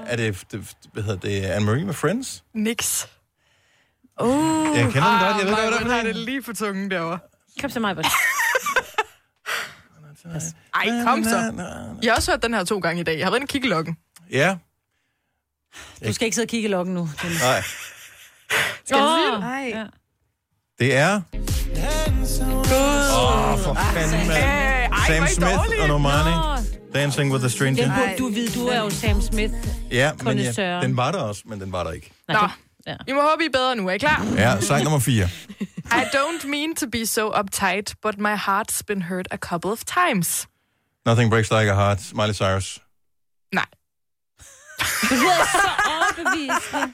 S1: er det, det, hvad hedder det, Anne-Marie med Friends?
S3: Nix.
S1: Jeg kender den godt, jeg ved
S3: Ej,
S1: godt,
S3: hvordan
S1: hvad
S3: har
S1: det
S3: Ah, det
S1: er.
S3: lige på tungen derovre.
S4: Uh. Kom så mig, Britt.
S3: Ej, kom så. Jeg har også hørt den her to gange i dag. Jeg har været en kikkelokken.
S1: Ja,
S2: Du skal ikke sidde og kigge i lokken nu. Dennis.
S1: nej.
S4: Åh,
S9: Nej. Ja.
S1: Det er... Åh, oh, for fanden, mand.
S3: Ej, hvor er
S1: Sam
S3: I
S1: Smith og
S3: dårlige.
S1: Normani. Dancing with a Stranger.
S4: den burde du vide. Du er jo Sam Smith.
S1: Ja, men ja,
S4: Kondensøren.
S1: den var der også, men den var der ikke.
S4: Nej,
S3: Nå.
S4: det- Ja.
S3: I må håbe, I er bedre nu. Er I klar?
S1: Ja, sang nummer 4.
S3: I don't mean to be so uptight, but my heart's been hurt a couple of times.
S1: Nothing Breaks Like a Heart, Miley Cyrus.
S3: Nej.
S4: Du lyder så overbevisende.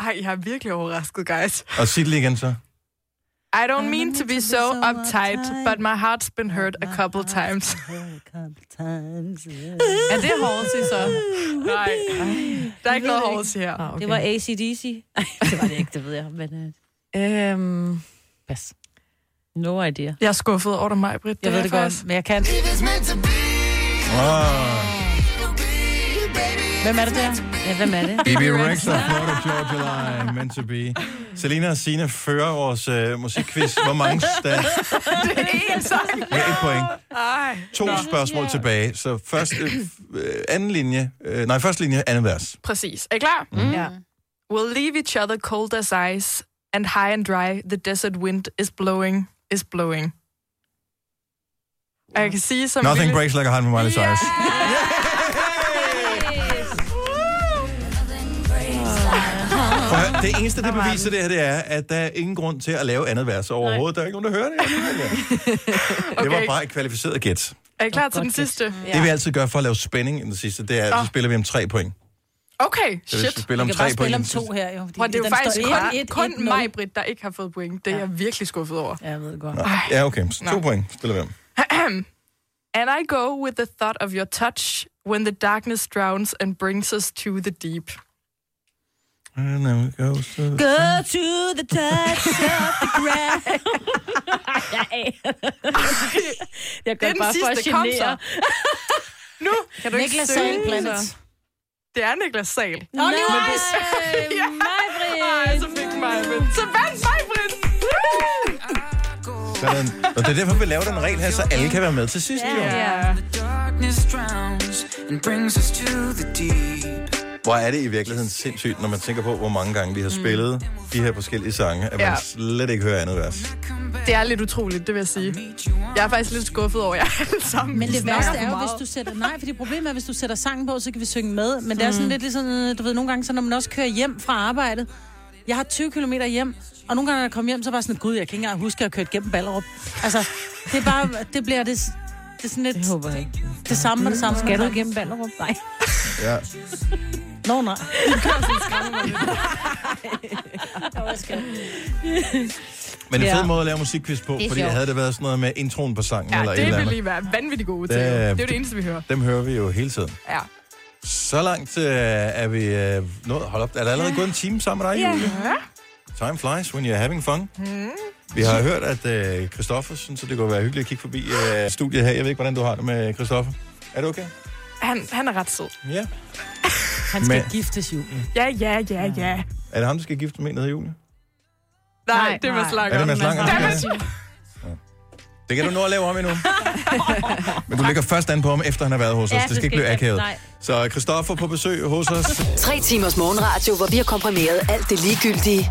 S3: Ej, jeg er virkelig overrasket, guys.
S1: Og sig det lige igen så.
S3: I don't mean to be so uptight, but my heart's been hurt a couple times.
S9: Er det Halsey så?
S3: Nej, der er ikke noget hårdt her. Ah,
S4: Det var ACDC. Nej, det var det ikke, det ved jeg. Men uh,
S9: Øhm,
S4: pas. No idea.
S3: Jeg er skuffet over dig, mig, Britt.
S2: Jeg ved det godt, men jeg kan.
S3: Ah.
S1: Oh,
S2: Hvem er det der?
S4: Ja, hvem er det?
S1: Bibi Rex og Florida Georgia Line, meant to be. Selina og Sina fører vores øh, musikquiz. Hvor mange stand?
S3: Det er en sang.
S1: Med et point.
S3: Ej.
S1: To spørgsmål tilbage. Så først, øh, øh, anden linje, øh, nej, første linje, anden vers.
S3: Præcis. Er I klar? Mm.
S9: ja.
S3: We'll leave each other cold as ice, and high and dry, the desert wind is blowing, is blowing. Og jeg kan sige som...
S1: Nothing
S3: lille-
S1: breaks like a heart med Miley Cyrus. Prøv at høre, Det eneste, det beviser det her, det er, at der er ingen grund til at lave andet vers overhovedet. Der er ikke nogen, der hører det. alligevel. Det var
S3: Okay.
S1: bare et kvalificeret gæt.
S3: Er I klar til den sidste?
S9: Ja.
S1: Det vi altid gør for at lave spænding i den sidste, det er, at så
S3: Nå.
S1: spiller vi om tre point.
S3: Okay,
S1: Så hvis vi
S3: shit.
S1: spiller
S2: Vi
S1: om
S2: kan
S1: tre
S2: bare
S1: point.
S2: spille
S1: i
S2: om
S1: den sidste-
S2: to her, jo. Fordi
S3: Prøv, det er jo
S2: den står
S3: faktisk kun,
S2: 1-1,
S3: kun
S2: 1-0.
S3: mig, Britt, der ikke har fået point. Det er jeg virkelig skuffet over.
S2: Ja, jeg ved det godt.
S1: Ja, okay. Så to point spiller vi om.
S3: And I go with the thought of your touch when the darkness drowns and brings us to the deep.
S1: And then we go to the-
S4: Go to the touch of the grass. jeg jeg gør
S3: Det er
S4: det
S3: den
S4: bare for at
S3: sidste, kom så.
S4: genere.
S3: Nu kan du ikke
S2: Niklas
S3: synge,
S2: Sahl Planet.
S3: så. Det er Niklas Sahl.
S4: Nå,
S2: nu er det-
S3: Ej,
S4: Majbrit.
S3: så fik mig Britt. Så vandt mig, Britt!
S1: Sådan. Og det er derfor, vi laver den regel her, så alle kan være med til sidst. Jo.
S4: Ja.
S1: Hvor er det i virkeligheden sindssygt, når man tænker på, hvor mange gange vi har spillet de her forskellige sange, at man
S3: Ja.
S1: slet ikke hører andet vers.
S3: Det er lidt utroligt, det vil jeg sige. Jeg er faktisk lidt skuffet over jer alle sammen.
S2: Men
S3: I
S2: det
S3: snakker for
S2: værste er jo, hvis
S3: meget.
S2: du sætter... Nej, fordi problemet er, hvis du sætter sangen på, så kan vi synge med. Men det
S4: Mm.
S2: er sådan lidt ligesom, øh, du ved, nogle gange, så når man også kører hjem fra arbejdet. Jeg har 20 km hjem, og nogle gange, når jeg kommer hjem, så er jeg bare sådan, gud, jeg kan ikke engang huske, at jeg har kørt gennem Ballerup. Altså, det er bare, det bliver det, det er sådan lidt
S4: Jeg håber jeg ikke.
S2: det samme og det samme.
S4: Skal du igennem Ballerup? Nej.
S1: Ja.
S2: Nå, nej. Nej, jeg skal.
S1: Men en
S4: Ja.
S1: fed måde at lave musikquiz på, fordi
S4: sjovt.
S1: havde det været sådan noget med introen på sangen
S3: Ja,
S1: eller et
S3: det
S1: eller
S3: ville
S1: andet.
S3: lige være vanvittigt gode til.
S1: Det-
S3: jo. Det er jo det eneste, vi hører.
S1: Dem hører vi jo hele tiden.
S3: Ja.
S1: Så langt øh, er vi øh, nået. Hold op, er der allerede gået en time sammen med dig, Julie? Time flies when you're having fun. Vi har hørt, at øh, Christoffer synes, at det kunne være hyggeligt at kigge forbi øh, studiet her. Jeg ved ikke, hvordan du har det med Christoffer. Er det okay?
S3: Han, han er ret sød.
S1: Ja.
S2: Han skal
S1: Men-
S2: giftes, Julie.
S3: Ja, ja, ja, ja.
S1: Er det ham, der skal gifte med en, der hedder Julie?
S3: Nej, det var
S9: nej.
S3: slakker.
S1: Er det med slanger?
S3: Dammit.
S1: Det kan du nå at lave ham endnu. Men du ligger først an på ham, efter han har været hos os. det skal ikke blive akavet.
S4: Nej.
S1: Så Christoffer på besøg hos os.
S7: Tre timers morgenradio, hvor vi har komprimeret alt det ligegyldige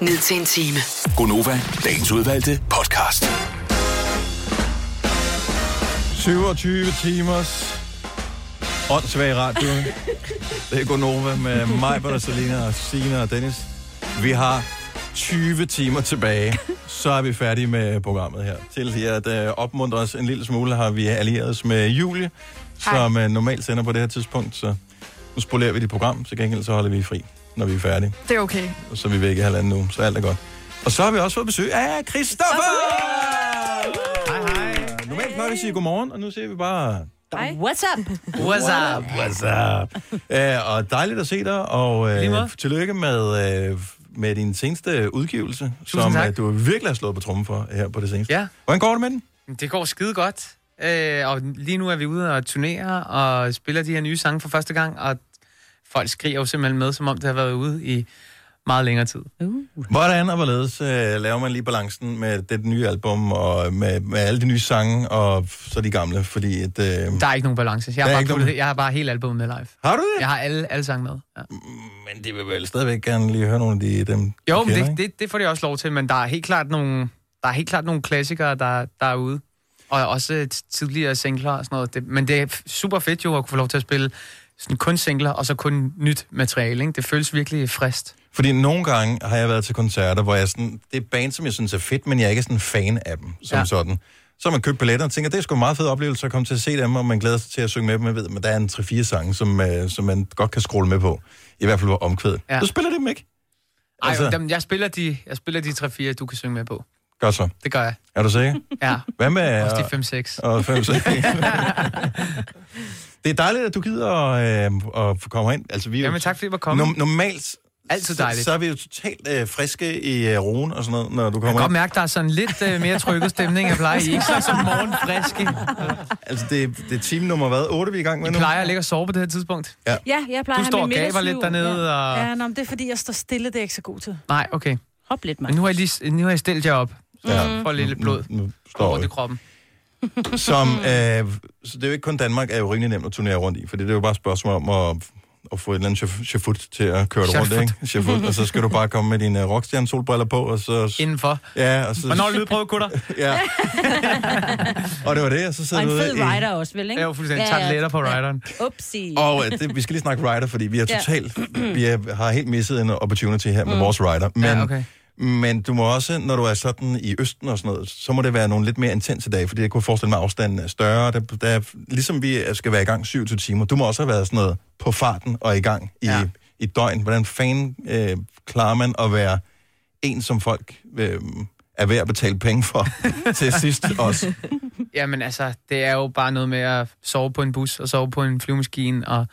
S7: ned til en time.
S8: Gonova, dagens udvalgte podcast.
S1: 27 timers åndssvag radio. Det er Gonova med mig, Britta, Selina og Sina og Dennis. Vi har 20 timer tilbage, så er vi færdige med programmet her. Til lige at øh, opmuntre os en lille smule, har vi allieret os med Julie, som øh, normalt sender på det her tidspunkt. Så nu spolerer vi dit program, så gengæld så holder vi fri, når vi er færdige.
S3: Det er okay.
S1: Og så er vi væk i halvanden nu, så alt er godt. Og så har vi også fået besøg af Christoffer! Hej, hej. Normalt plejer vi at sige godmorgen, og nu siger vi bare...
S4: What's up?
S1: What's up? What's up? Æh, og dejligt at se dig, og øh, tillykke med, øh, med din seneste udgivelse, Tusind som
S10: tak.
S1: øh, du virkelig har slået på trummen for her på det seneste.
S10: Ja.
S1: Hvordan går det med den?
S10: Det går skide godt. Øh, og lige nu er vi ude og turnere og spiller de her nye sange for første gang, og folk skriger jo simpelthen med, som om det har været ude i meget længere tid.
S1: Hvordan og hvorledes øh, laver man lige balancen med det nye album, og med, med alle de nye sange, og f- så de gamle? Fordi at, øh,
S10: Der er ikke nogen balance. Jeg
S1: Der
S10: har,
S1: er
S10: bare,
S1: ikke nogen-
S10: puttet, jeg har bare helt albumet med live.
S1: har du det? Mm,
S10: Jeg har alle, alle sange med. Ja.
S1: Men de vil vel stadigvæk gerne lige høre nogle af de, dem,
S10: Jo,
S1: de kender,
S10: men det,
S1: ikke?
S10: det, det får de også lov til, men der er helt klart nogle, der er helt klart nogle klassikere, der, der er ude. Og også øh, t- tidligere singler og sådan noget. Det, men det er f- super fedt jo at kunne få lov til at spille sådan kun singler, og så kun nyt materiale. Ikke? Det føles virkelig frist.
S1: Fordi nogle gange har jeg været til koncerter, hvor jeg sådan, det er band, som jeg synes er fedt, men jeg er ikke sådan fan af dem, som ja.
S10: Ja.
S1: sådan. Så har man købt billetter og tænker, det er sgu en meget fed oplevelse at komme til at se dem, og man glæder sig til at synge med dem. Jeg ved, men der er en 3-4 sange, som, øh, som man godt kan scrolle med på. I hvert fald på omkvædet. Ja.
S10: Ja.
S1: Du spiller det dem ikke?
S10: Ej,
S1: Altså-
S10: altså... dem, jeg spiller de, jeg spiller de 3-4, du kan synge med på.
S1: Godt så.
S10: Det gør jeg.
S1: Er du sikker?
S10: Ja,
S1: Hvad med...
S10: også
S1: øh,
S10: de 5-6.
S1: og fem, seks. det er dejligt, at du gider at, øh, at komme ind. Altså, vi er jo
S10: Jamen tak fordi du var kommet.
S1: Nom- normalt
S10: Altid
S1: så-
S10: dejligt.
S1: Så er vi jo totalt øh, friske i øh, roen og sådan noget, når du
S10: Jeg kan
S1: kommer
S10: godt
S1: ind.
S10: mærke, der er sådan lidt øh, mere trykket stemning. Jeg plejer I er ikke så, så morgenfriske.
S1: Altså, det, det er time nummer hvad? 8, vi er i gang med
S10: I
S1: nu?
S10: plejer at ligge og sove på det her tidspunkt.
S4: Ja, jeg plejer
S10: Du
S4: at have
S10: står og
S4: min
S10: gaber lidt
S4: middagsliv.
S10: dernede, og...
S2: Ja, nå, men det er fordi, jeg står stille, det er jeg ikke så god til.
S10: Nej, okay.
S4: Ja. Hop lidt,
S10: Men
S4: mand.
S10: nu har jeg, lige, nu har jeg stillet jer op.
S1: Ja.
S10: Ja. Får lidt blod
S1: Nu, nu står
S10: rundt i
S1: vi.
S10: kroppen.
S1: Som, øh, så det er jo ikke kun Danmark, er jo rimelig nemt at turnere rundt i, for det er jo bare et spørgsmål om at, at få et eller andet chef- chefut til at køre det rundt,
S10: Chefut.
S1: ikke? Chefut. Og så skal du bare komme med dine øh, rockstjerne solbriller på, og så...
S10: Indenfor.
S1: Ja, og så...
S10: Hvornår er lydprøve, gutter?
S1: Ja. og det var det, og så
S4: Og
S1: sidder
S4: en
S1: du
S4: fed
S1: ude i...
S4: rider også, vel, ikke?
S10: Jeg er jo fuldstændig tager lettere på rideren.
S4: Upsi.
S1: Og øh, det, vi skal lige snakke rider, fordi vi har
S4: Ja.
S1: totalt, vi er, har helt misset en opportunity her med mm. vores rider. Men,
S10: Ja, okay.
S1: men du må også, når du er sådan i Østen og sådan noget, så må det være nogle lidt mere intense dage, fordi jeg kunne forestille mig, at afstanden er større. Der, der, ligesom vi skal være i gang 27 timer, du må også have været sådan noget på farten og i gang i, ja.
S10: Ja.
S1: i et døgn. Hvordan fanden øh, klarer man at være en, som folk øh, er ved at betale penge for til sidst også?
S10: Jamen altså, det er jo bare noget med at sove på en bus og sove på en flyvemaskine og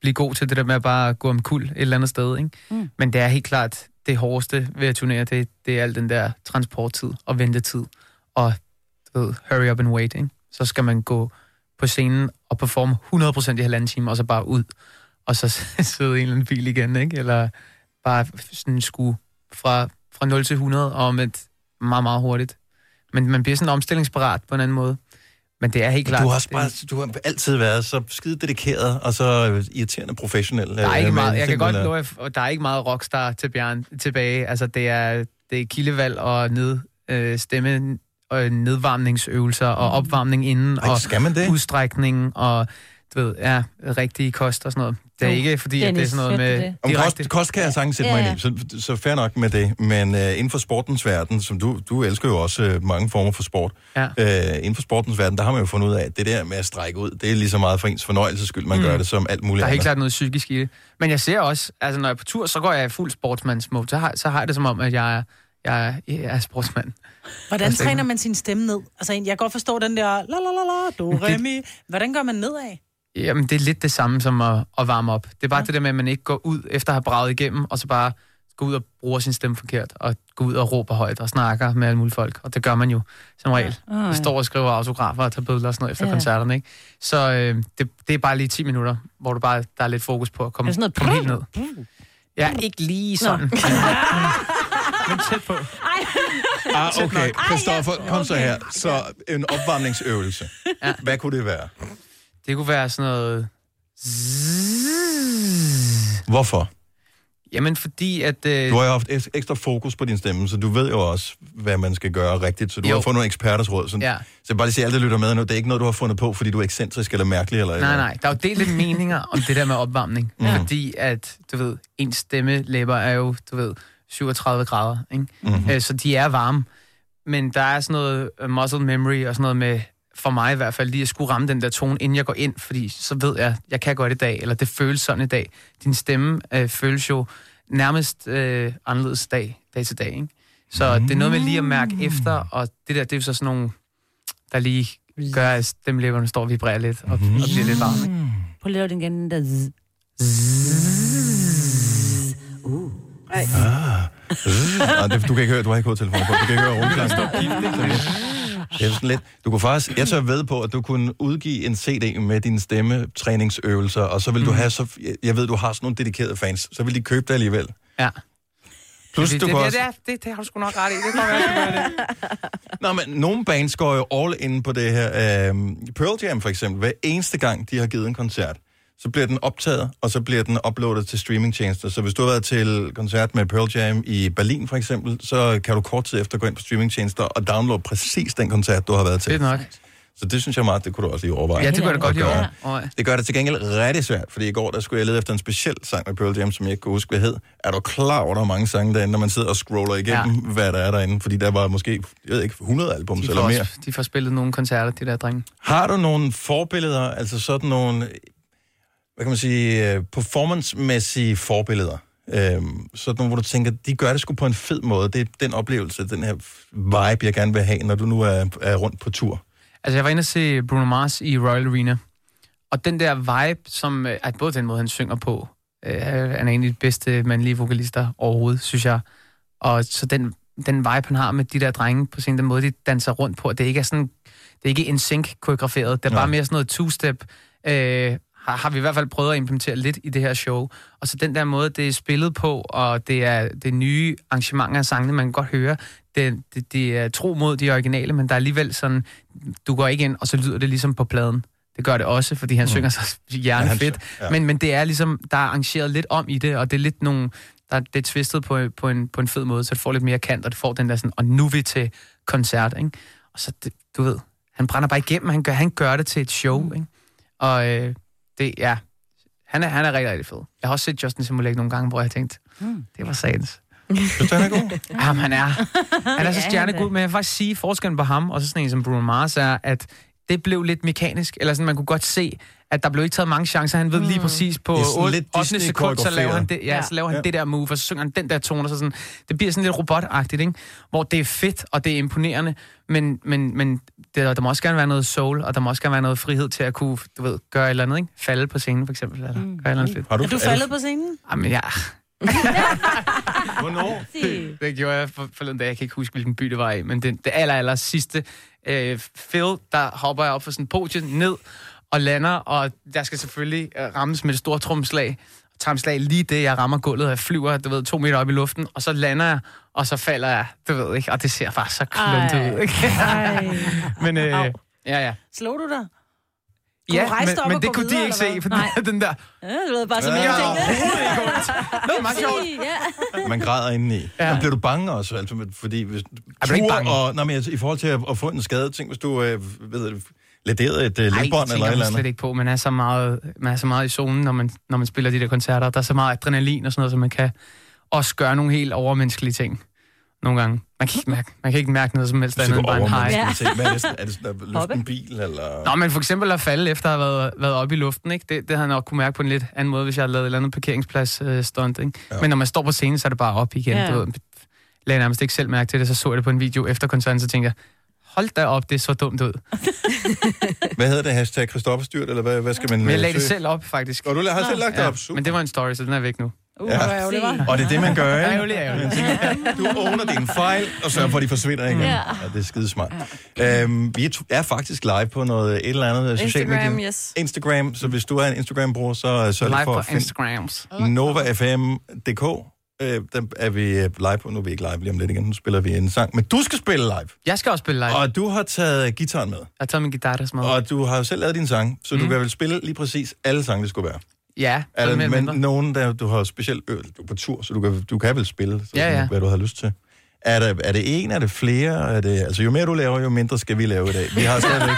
S10: blive god til det der med at bare gå om kul et eller andet sted, ikke?
S4: Mm.
S10: Mm. Men det er helt klart det hårdeste ved at turnere, det, det er al den der transporttid og ventetid og du ved, hurry up and wait, ikke? Så skal man gå på scenen og performe 100% i halvanden time, og så bare ud, og så sidde i en eller anden bil igen, ikke? Eller bare sådan skue fra, fra 0 til 100 om et meget, meget hurtigt. Men man bliver sådan omstillingsparat på en anden måde. Men det er helt klart...
S1: Du har, også
S10: det-
S1: bare, du har altid været så skide dedikeret og så øh, irriterende professionel. øh,
S10: Der er ikke meget, jeg kan godt
S1: nå...
S10: love, jer, og der er ikke meget rockstar til Bjørn tilbage. Altså, det er, det er kildevalg og ned, øh, stemme og nedvarmningsøvelser og opvarmning inden.
S1: Ej,
S10: og
S1: skal man det?
S10: Udstrækning og du ved, ja, rigtige kost og sådan noget. Det
S1: Uh,
S10: er
S4: Jo,
S10: ikke, fordi at det er
S4: Dennis,
S10: sådan noget
S4: hørte
S10: med
S4: du det?
S1: Om kost,
S10: direkte-
S1: kost kan jeg sagtens sætte
S4: Ja,
S1: mig
S4: ja.
S1: ind i, så, så fair nok med det. Men øh, inden for sportens verden, som du, du elsker jo også øh, mange former for sport,
S10: Ja.
S1: øh, inden for sportens verden, der har man jo fundet ud af, at det der med at strække ud, det er lige så meget for ens fornøjelses skyld, man mm. gør det som alt muligt
S10: Der er helt
S1: andet.
S10: klart noget psykisk i det. Men jeg ser også, altså når jeg er på tur, så går jeg i fuld sportsmandsmode. Så har, så har jeg det som om, at jeg er, jeg er, jeg er sportsmand.
S2: Hvordan
S10: Altså,
S2: træner man sin stemme ned? Altså, jeg kan godt forstå den der la la la la, do re
S10: det-
S2: mi. Hvordan gør man nedad?
S10: Jamen, det er lidt det samme som at, at varme op. Det er bare ja. det der med, at man ikke går ud efter at have braget igennem, og så bare går ud og bruger sin stemme forkert, og går ud og råber højt og snakker med alle mulige folk. Og det gør man jo som regel.
S4: Åh, ja.
S10: Vi står og skriver autografer og tager billeder og sådan noget efter
S4: Ja.
S10: ja. koncerterne, ikke? Så øh, det, det er bare lige 10 minutter, hvor du bare, der er lidt fokus på at
S4: Er
S10: komme,
S4: det sådan noget
S10: komme helt ned. Ja, ikke lige sådan. Men tæt på.
S1: Ah,
S10: Tæt
S1: okay.
S10: nok.
S1: Kristoffer, kom så her. Så en opvarmningsøvelse.
S10: Ja.
S1: Hvad kunne det være?
S10: Det kunne være sådan noget... Zzzz.
S1: Hvorfor?
S10: Jamen, fordi at... Øh,
S1: Du har jo haft ek- ekstra fokus på din stemme, så du ved jo også, hvad man skal gøre rigtigt. Så du jo.
S10: Jo.
S1: har fået nogle eksperters råd. Sådan. Så
S10: Ja.
S1: jeg vil bare lige sige, alle der lytter med nu, det er ikke noget, du har fundet på, fordi du er ekscentrisk eller mærkelig. Eller
S10: Nej, nej. Der er jo delt lidt meninger om det der med opvarmning.
S1: Mm.
S10: Mm. Fordi at, du ved, ens stemmelæber er jo, du ved, 37 grader, ikke?
S1: Mm-hmm.
S10: Øh, Så de er varme. Men der er sådan noget øh, muscle memory og sådan noget med, for mig i hvert fald, lige at skulle ramme den der tone, inden jeg går ind, fordi så ved jeg, jeg kan godt i dag, eller det føles sådan i dag. Din stemme øh, føles jo nærmest øh, anderledes dag, dag til dag, ikke? Så det er noget med lige at mærke efter, og det der, det er jo så sådan nogle, der lige gør, at stemmelæberne står og vibrerer lidt, og, og bliver lidt varme, ikke?
S4: Prøv lige at lave den igen. Den der zzz.
S1: Nej, Ah. det, du kan ikke høre, du har ikke hovedtelefon på. Du kan ikke høre rumklangen. Det er sådan lidt. Du kunne faktisk, jeg tør ved på, at du kunne udgive en CD med dine stemmetræningsøvelser, og så vil
S10: Mm.
S1: du have så, jeg ved, du har sådan nogle dedikerede fans, så vil de købe dig alligevel.
S10: Ja.
S1: Plus,
S10: det,
S1: du
S10: det,
S1: kan
S10: det,
S1: også...
S10: det, er- det, det, har du sgu nok ret i. Det kan være, jeg skal gøre det.
S1: Nå, men nogle bands går jo all in på det her. Øhm, Pearl Jam for eksempel, hver eneste gang, de har givet en koncert, så bliver den optaget, og så bliver den uploadet til streamingtjenester. Så hvis du har været til koncert med Pearl Jam i Berlin for eksempel, så kan du kort tid efter gå ind på streamingtjenester og downloade præcis den koncert, du har været til.
S10: Fedt nok.
S1: Så det synes jeg meget, det kunne du også lige overveje.
S10: Ja, det kunne jeg da godt
S1: at gøre.
S10: lide. Ja.
S1: Det gør det til gengæld rigtig svært, fordi i går der skulle jeg lede efter en speciel sang med Pearl Jam, som jeg ikke kunne huske, hvad hed. Er du klar over, der er mange sange derinde, når man sidder og scroller igennem, ja. hvad der er derinde? Fordi der var måske, jeg ved ikke, 100 albums
S10: De får,
S1: eller mere.
S10: også, de får spillet nogle koncerter, de der drenge.
S1: Har du nogle forbilleder, altså sådan nogle, hvad kan man sige, øh, performancemæssige forbilleder? Øhm, sådan nogle, hvor du tænker, de gør det sgu på en fed måde. Det er den oplevelse, den her vibe, jeg gerne vil have, når du nu er, er rundt på tur.
S10: Altså, jeg var inde og se Bruno Mars i Royal Arena. Og den der vibe, som... øh, At både den måde, han synger på. Øh, han er en af de bedste mandlige vokalister overhovedet, synes jeg. Og så den, den vibe, han har med de der drenge på scenen, den måde, de danser rundt på. Det ikke er sådan... Det er ikke en sync koreograferet. Det er
S1: Nej.
S10: bare mere sådan noget two-step. Øh, har, har vi i hvert fald prøvet at implementere lidt i det her show. Og så den der måde, det er spillet på, og det er, det er nye arrangementer af sangene, man kan godt høre. Det, det, det er tro mod de originale, men der er alligevel sådan, du går ikke ind, og så lyder det ligesom på pladen. Det gør det også, fordi han mm. synger så hjernefedt.
S1: Ja,
S10: Ja,
S1: han- ja.
S10: ja. men, men det er ligesom, der er arrangeret lidt om i det, og det er lidt nogle, der, er- det er twistet på, på, en, på en fed måde, så det får lidt mere kant, og det får den der sådan, og nu er vi til koncert, ikke? Og så, det, du ved, han brænder bare igennem, han gør, han gør det til et show, mm. ikke? Og øh, det, ja, han er, han er rigtig, rigtig fed. Jeg har også set Justin Timberlake nogle gange, hvor jeg tænkte, mm. det var satans.
S1: Synes du, han er god?
S10: Jamen, han er, han er så
S4: er han
S10: stjernegod,
S4: da.
S10: men jeg vil faktisk sige, forskellen på ham og så sådan en som Bruno Mars er, at det blev lidt mekanisk. Eller sådan, man kunne godt se, at der blev ikke taget mange chancer. Han ved lige
S2: Mm.
S10: præcis på
S1: Det er sådan
S10: 8.
S1: lidt Disney
S10: sekund, så laver han det, ja,
S1: koreograferet.
S10: så laver han
S1: Ja.
S10: det der move, og så synger han den der tone, og så sådan, det bliver sådan lidt robotagtigt, ikke? Hvor det er fedt, og det er imponerende, men, men, men det, der må også gerne være noget soul, og der må også gerne være noget frihed til at kunne, du ved, gøre et eller andet, ikke? Falde på scenen, for eksempel, eller mm. gøre et eller andet fedt.
S1: Har
S2: Er du faldet på scenen?
S10: Jamen, ja. Hvornår? Det, det gjorde jeg for, forleden dag. Jeg kan ikke huske, hvilken by det var i, men det, det aller, aller sidste øh, Phil, der hopper jeg op fra sådan en podie ned og lander, og jeg skal selvfølgelig øh, rammes med et stort tromslag. Tromslag lige det, jeg rammer gulvet, og jeg flyver, du ved, to meter op i luften, og så lander jeg, og så falder jeg, du ved ikke, og det ser bare så kluntet ud, ikke? Men øh, ja, ja.
S2: Slog du dig? Kunne
S10: Ja,
S2: du rejse
S10: men,
S2: dig op
S10: men
S2: og
S10: det
S2: gå
S10: kunne de
S2: videre,
S10: ikke
S2: eller
S10: se, for
S2: hvad?
S10: den der...
S2: Ja, det lød bare som
S1: Ja.
S2: ingenting.
S10: Det er meget sjovt.
S2: Ja.
S1: Man græder indeni. Ja.
S10: Ja.
S1: Men bliver du bange også? Altså, fordi hvis,
S10: Jeg blev ikke
S1: Tur
S10: bange.
S1: Og, nej, men altså, i forhold til at, at få en skade, tænk, hvis du øh, ved, det, lederede et øh,
S10: Ej, det
S1: lægbånd
S10: tænker
S1: eller et eller
S10: man slet
S1: andet.
S10: ikke på. Man er, så meget, man er så meget i zonen, når man, når man spiller de der koncerter. Der er så meget adrenalin og sådan noget, så man kan også gøre nogle helt overmenneskelige ting nogle gange. Man kan ikke mærke, man kan ikke mærke noget som helst
S1: Så
S10: andet
S1: går
S10: end bare en
S1: over,
S10: hej.
S1: man
S10: Ja.
S1: skal tænke, hvad er det? sådan- Er det sådan at løfte en bil, eller...
S10: Nå, men for eksempel at falde efter at have været, været oppe i luften, ikke? Det, det havde jeg nok kunne mærke på en lidt anden måde, hvis jeg havde lavet et eller andet parkeringsplads øh, stunt, ikke? Ja. Men når man står på scenen, så er det bare op igen.
S4: Ja.
S10: Ja. Du ved, lagde nærmest ikke selv mærke til det, så så jeg det på en video efter koncerten, så tænkte jeg, hold da op, det er så dumt ud.
S1: Hvad hedder det? Hashtag Christoffer Styrt, eller hvad, hvad skal man...
S10: Men jeg
S1: øh,
S10: lagde det
S1: søge?
S10: selv op, faktisk.
S1: Og du la- har selv lagt det op,
S10: men det var en story, så den er væk nu.
S2: Uh, hvor ærgerligt, hva'?
S1: Og det er det, man gør, ikke?
S10: Ærgerligt, ærgerligt.
S1: Du owner dine fejl, og sørger for, at de forsvinder igen. Ja. ja det er skidesmart. Øhm, vi er to- er faktisk live på noget et eller andet øh, socialt
S9: Instagram,
S1: medie.
S9: yes.
S1: Instagram, så hvis du er en Instagram-bruger, så øh, sørg lige
S10: Live
S1: for
S10: på
S1: at finde
S10: Instagrams.
S1: NovaFM.dk. Øh, der er vi øh, live på. Nu er vi ikke live lige om lidt igen. Nu spiller vi en sang. Men du skal spille live.
S10: Jeg skal også spille live. Og...
S1: Og du har taget gitaren med.
S10: Jeg tager min guitar, der smadrer. Og...
S1: Og du har jo selv lavet din sang, så mm. du kan vel spille lige præcis alle sange, det skulle være.
S10: Ja,
S1: Er
S10: sådan mere
S1: der,
S10: eller
S1: men
S10: mindre.
S1: nogen, der du har specielt øl, du er på tur, så du kan, du kan vel spille, så
S10: Ja, ja.
S1: hvad du har lyst til. Er, der, er det en, er det flere? Er det, altså, jo mere du laver, jo mindre skal vi lave i dag. Vi har stadigvæk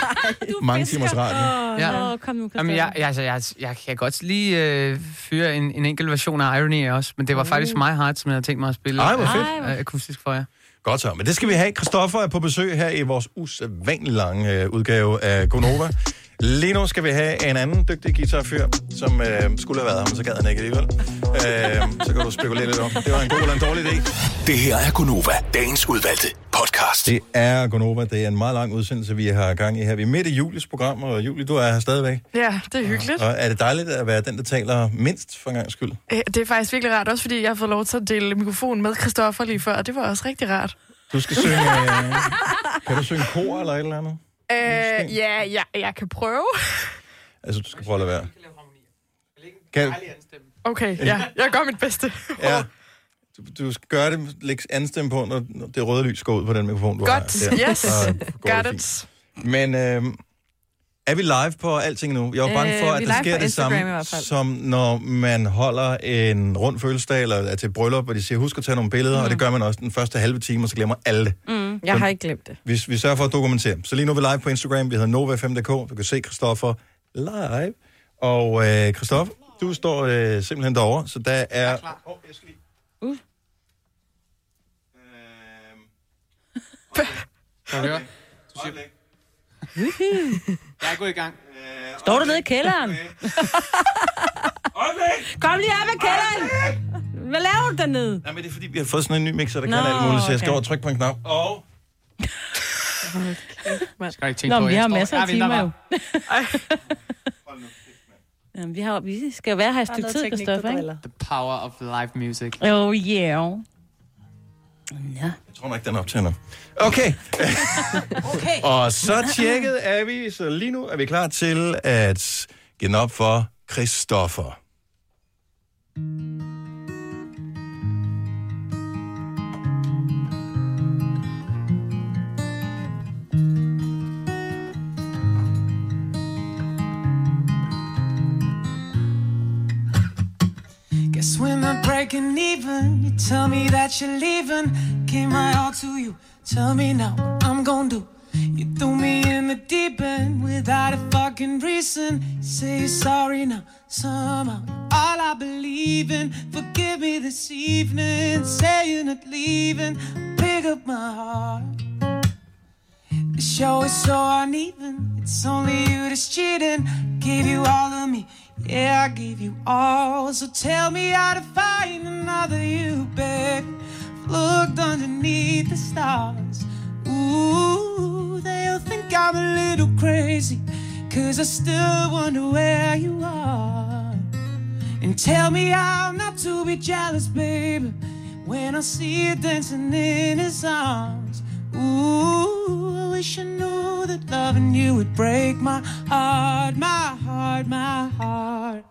S1: mange timers radio.
S4: Åh,
S10: Ja.
S4: nå, kom nu,
S10: Jamen, jeg, jeg, altså, jeg, jeg kan godt lige øh, fyre en, en enkelt version af Irony også, men det var
S4: Uh.
S10: faktisk My Heart, som jeg havde tænkt mig at spille
S1: Ej, hvor
S10: øh,
S1: fedt.
S10: øh, akustisk for jer.
S1: Godt så, men det skal vi have. Christoffer er på besøg her i vores usædvanlig lange øh, udgave af Gonova. Lige nu skal vi have en anden dygtig guitarfyr, som øh, skulle have været her, men så gad han ikke alligevel. Øh, så kan du spekulere lidt om, det var en god eller en dårlig idé.
S8: Det her er Gonova, dagens udvalgte podcast.
S1: Det er Gonova. Det er en meget lang udsendelse, vi har gang i her. Vi er midt i Julies program, og Julie, du er her stadigvæk.
S3: Ja, det er hyggeligt.
S1: Og er det dejligt at være den, der taler mindst for en gang skyld?
S3: Øh, Det er faktisk virkelig rart, også fordi jeg har fået lov til at dele mikrofonen med Christoffer lige før, og det var også rigtig rart.
S1: Du skal synge... Øh, kan du synge kor eller et eller andet?
S3: Øh, ja, ja, jeg kan prøve.
S1: Altså, du skal prøve at lade være. Kan,
S3: Okay, ja, jeg gør mit bedste.
S1: ja, du, du skal gøre det, lægge anden stemme på, når, når det røde lys går ud på den mikrofon, du
S3: Godt,
S1: har. der.
S3: yes.
S1: Så går
S3: Got
S1: det
S3: it.
S1: fint. Men øh, er vi live på alting nu? Jeg er bange
S9: Øh,
S1: for,
S9: vi er
S1: at der
S9: live
S1: sker
S9: på
S1: det
S9: Instagram i
S1: samme,
S9: hvert fald.
S1: som når man holder en rund fødselsdag, eller er til et bryllup, og de siger, husk at tage nogle billeder, mm. og det gør man også den første halve time, og så glemmer alle det. Mm.
S9: Jeg har ikke glemt det.
S1: Vi, vi sørger for at dokumentere. Så lige nu er vi live på Instagram, vi hedder Nova5.dk, du kan se Christoffer live. Og øh, Christoffer, du står øh, simpelthen derovre, så der er... Åh, jeg skal lige- Øhm,
S10: Kan du høre?
S1: øjeblik.
S10: Jeg er gået i gang.
S1: Øh,
S4: Står du nede i kælderen?
S1: øjeblik.
S4: Kom lige op af kælderen! Hvad laver du dernede?
S1: Nej, men det er fordi, vi har fået sådan en ny mixer, der Nå,
S4: Nå,
S1: kan alt muligt, så jeg skal
S4: okay.
S1: over og trykke på en knap. Og...
S10: Skal jeg ikke tænke
S4: Nå,
S10: på,
S4: men vi
S10: jeg
S4: har
S10: står-
S4: masser
S10: Ja,
S4: af
S10: vi- der
S4: timer
S10: var-
S4: jo. Jamen, vi, har, vi skal jo være her et stykke tid, Christoffer, ikke?
S10: The power of live music.
S4: Oh, yeah. Ja.
S1: Jeg tror nok, ikke, den optager nu. Okay. okay. og så tjekket er vi, så lige nu er vi klar til at give den op for Christoffer.
S11: Guess we're not breaking even. You tell me that you're leaving. Gave my all to you. Tell me now what I'm gonna do. You threw me in the deep end without a fucking reason. You say you're sorry now. Somehow, you're all I believe in. Forgive me this evening. Say you're not leaving. Pick up my heart. The show is so uneven. It's only you that's cheating. Gave you all of me. Yeah, I gave you all. So tell me how to find another you, babe. I've Looked underneath the stars. Ooh, they'll think I'm a little crazy. Cause I still wonder where you are. And tell me how not to be jealous, babe. When I see you dancing in his arms. Ooh, I wish I knew that loving you would break my heart, my heart, my heart.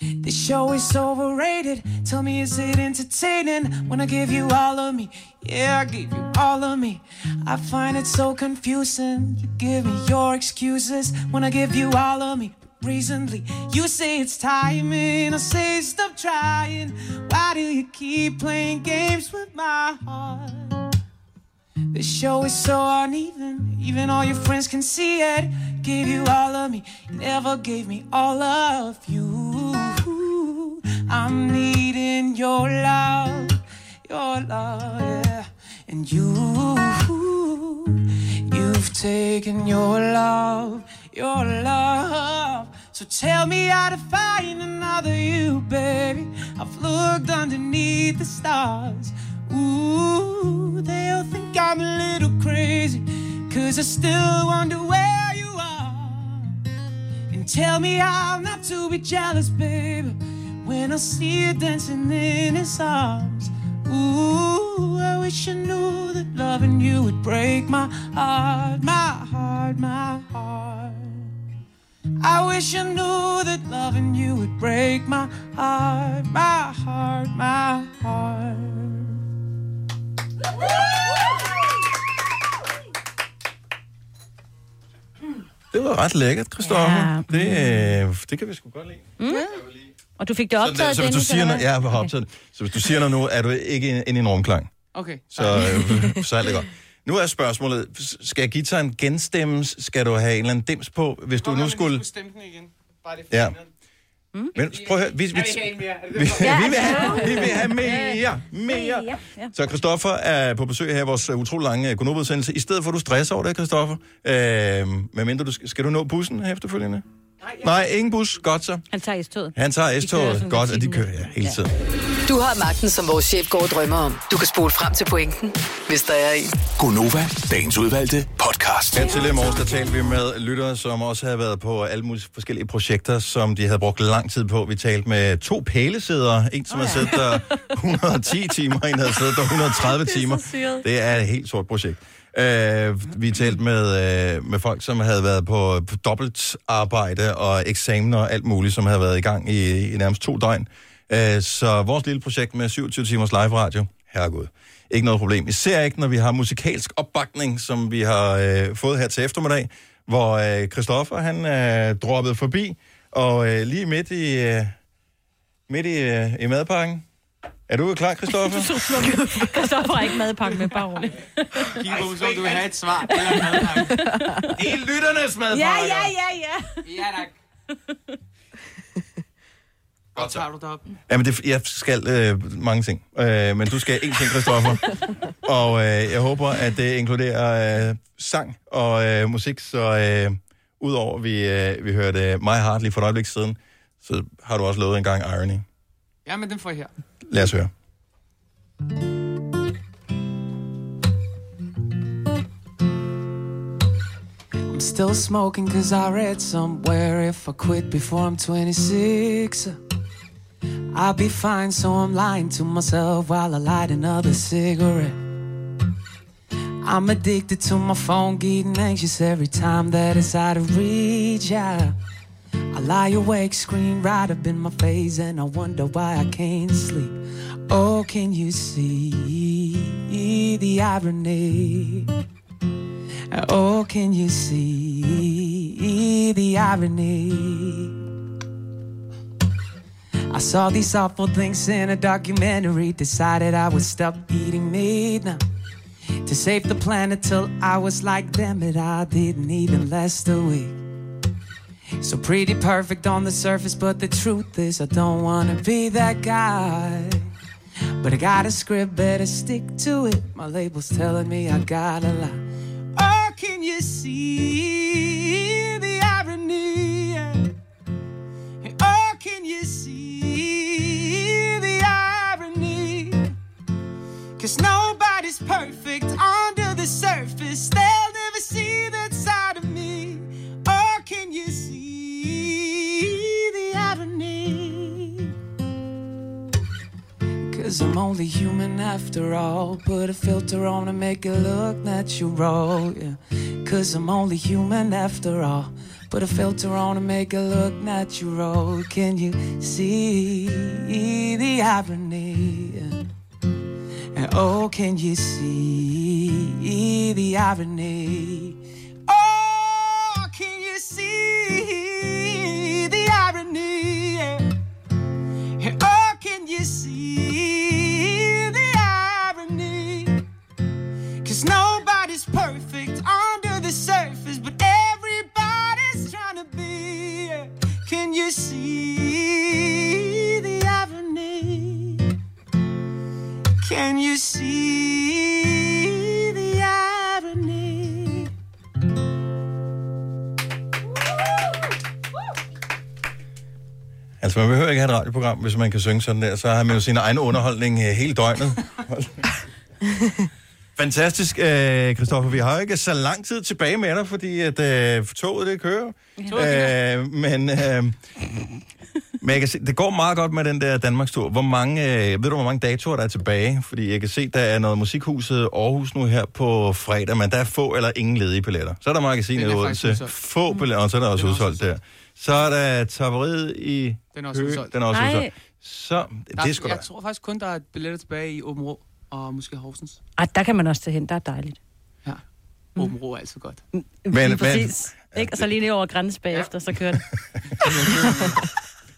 S11: This show is overrated. Tell me, is it entertaining when I give you all of me? Yeah, I give you all of me. I find it so confusing. You give me your excuses when I give you all of me. Recently, you say it's timing. I say stop trying. Why do you keep playing games with my heart? This show is so uneven, even all your friends can see it. Gave you all of me, never gave me all of you. I'm needing your love, your love, yeah. And you, you've taken your love, your love. So tell me how to find another you, baby. I've looked underneath the stars. Ooh, they'll think I'm a little crazy. Cause I still wonder where you are. And tell me how not to be jealous, baby. When I see you dancing in his arms. Ooh, I wish I knew that loving you would break my heart, my heart, my heart. I wish I knew that loving you would break my heart, my heart, my heart.
S1: Det var ret lækkert, Christoffer. Ja. Det, øh, det kan vi sgu godt lide.
S4: Mm. Og du fik det
S1: Så,
S4: optaget,
S1: så hvis du
S4: Dennis,
S1: siger
S4: eller
S1: noget,
S4: hvad?
S1: ja, jeg har optaget det. Så hvis du siger noget nu, er du ikke inde i en rumklang.
S11: Okay.
S1: Så,
S4: Ah.
S1: øh, så er det godt. Nu er spørgsmålet, s- skal gitaren genstemmes? Skal du have en eller anden dims på, hvis du nu skulle...
S11: stemme den igen. Bare det
S1: Ja. Mm. Men prøv at høre, vi, vi,
S11: Jeg vil have en mere. Er det
S1: vi,
S11: det, du
S1: vi, vil have,
S11: prøver?
S1: vi vil have mere, mere. Så Christoffer er på besøg her i vores øh, utrolig lange konobudsendelse. I stedet for, at du stresser over det, Christoffer, øh, medmindre du skal, skal du nå bussen her efterfølgende? Nej, Nej, ingen bus. Godt så.
S4: Han tager S-toget.
S1: Han tager
S4: De kører
S1: S-toget.
S4: sådan
S1: Godt,
S4: til
S1: at de
S4: 10
S1: kører ja, hele tiden.
S7: Du har magten, som vores chef går og drømmer om. Du kan spole frem til pointen, hvis der er en.
S8: Gonova, dagens udvalgte podcast.
S1: Her til i morges, der talte vi med lyttere, som også havde været på alle mulige forskellige projekter, som de havde brugt lang tid på. Vi talte med to pælesidder. En, som oh, ja. havde siddet der 110 timer, en, der havde siddet der 130 timer.
S12: syret.
S1: Det er et helt sort projekt. Uh, vi talte med, uh, med folk, som havde været på, på dobbelt arbejde og eksamener og alt muligt, som havde været i gang i, i nærmest to døgn. Uh, så vores lille projekt med 27 timers live radio, herregud, ikke noget problem. Især ikke, når vi har musikalsk opbakning, som vi har uh, fået her til eftermiddag, hvor uh, Christoffer, han uh, droppede forbi, og uh, lige midt i, uh, midt i, uh, i madpakken. Er du klar, Christoffer?
S4: Christoffer har ikke madpakke med, bare roligt.
S11: Kigge så du vil have et svar. Det er lytternes
S4: madpakke. Ja, ja, ja, ja.
S11: Ja, tak.
S1: Godt,
S11: tager du det op.
S1: Jamen, det, jeg skal øh, mange ting. Øh, men du skal én ting, Christoffer. og øh, jeg håber, at det inkluderer øh, sang og øh, musik. Så øh, udover vi, øh, vi hørte My Heart lige for et øjeblik siden, så har du også lovet en gang Irony.
S11: Ja, men den får jeg her.
S1: Lad os høre.
S11: I'm still smoking cause I read somewhere if I quit before I'm 26, I'll be fine. So I'm lying to myself while I light another cigarette. I'm addicted to my phone, getting anxious every time that it's out of reach. Yeah. I lie awake, screen right up in my face, and I wonder why I can't sleep. Oh, can you see the irony? Oh, can you see the irony? I saw these awful things in a documentary, decided I would stop eating meat now. To save the planet till I was like them, but I didn't even last a week. So pretty perfect on the surface, but the truth is I don't wanna be that guy. But I got a script, better stick to it. My label's telling me I gotta lie. Oh, can you see? Cause I'm only human after all. Put a filter on and make it look natural. Yeah. Cause I'm only human after all. Put a filter on and make it look natural. Can you see the irony? Yeah. And oh, can you see the irony? Oh, can you see the irony? Yeah. And oh, can you see the irony? Cause nobody's perfect under the surface, but everybody's trying to be. Can you see the irony? Can you see the irony?
S1: Altså, man behøver ikke have et radioprogram, hvis man kan synge sådan der. Så har man jo sin egen underholdning øh, hele døgnet. Fantastisk, øh, Christoffer. Vi har jo ikke så lang tid tilbage med dig, fordi at, øh, toget det kører.
S12: Ja.
S1: Øh, men, øh, men jeg kan se, det går meget godt med den der Danmarkstur. Hvor mange, øh, ved du, hvor mange datoer der er tilbage? Fordi jeg kan se, der er noget musikhuset Aarhus nu her på fredag, men der er få eller ingen ledige billetter. Så er der magasinet
S10: Den
S1: i
S10: er faktisk
S1: Odense.
S10: udsolgt.
S1: Få billetter, og så er der også
S10: Den er
S1: udsolgt der. Så er der tapperiet i
S10: Den er også
S1: Køge.
S10: udsolgt.
S1: Den er også
S10: Nej.
S1: udsolgt. Så, det, det er sgu da.
S10: jeg tror faktisk kun, der er billetter tilbage i Åben Rå og måske Horsens.
S4: Ej, der kan man også tage hen, der er dejligt.
S1: Mm.
S10: Åben Rå er altid godt.
S1: Men- men-
S4: Præcis. Ikke? Og så lige ned over grænsen bagefter, så kører det.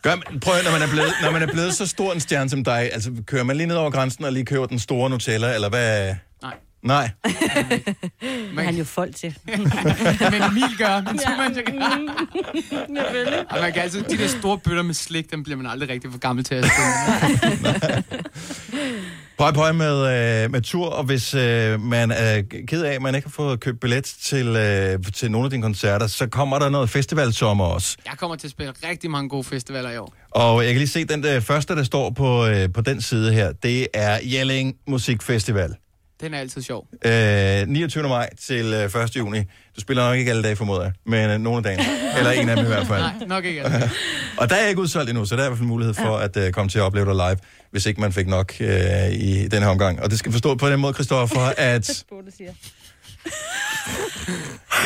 S1: Gør, man- prøv at, høre, når man, er blevet, når man er blevet så stor en stjerne som dig, altså kører man lige ned over grænsen og lige køber den store Nutella, eller hvad?
S10: Nej.
S1: Nej.
S4: Men... Han er jo folk til.
S10: Men Emil gør, men ja. man,
S4: Selvfølgelig.
S10: og man kan altid, de der store bøtter med slik, dem bliver man aldrig rigtig for gammel til at spille.
S1: Pøj, pøj med, øh, med tur, og hvis øh, man er ked af, at man ikke har fået købt billet til, øh, til nogle af dine koncerter, så kommer der noget festivalsommer også.
S10: Jeg kommer til at spille rigtig mange gode festivaler i år.
S1: Og jeg kan lige se, den der første, der står på, øh, på den side her, det er Jelling Musikfestival.
S10: Den er altid sjov.
S1: Øh, 29. maj til øh, 1. juni. Du spiller nok ikke alle dage, formoder jeg, men øh, nogle af dagene. Eller en af dem i hvert fald.
S10: Nej, nok ikke. altså.
S1: Og der er ikke udsolgt endnu, så der er i hvert fald mulighed for at øh, komme til at opleve dig live, hvis ikke man fik nok øh, i den her omgang. Og det skal forstå på den måde, Christoffer, at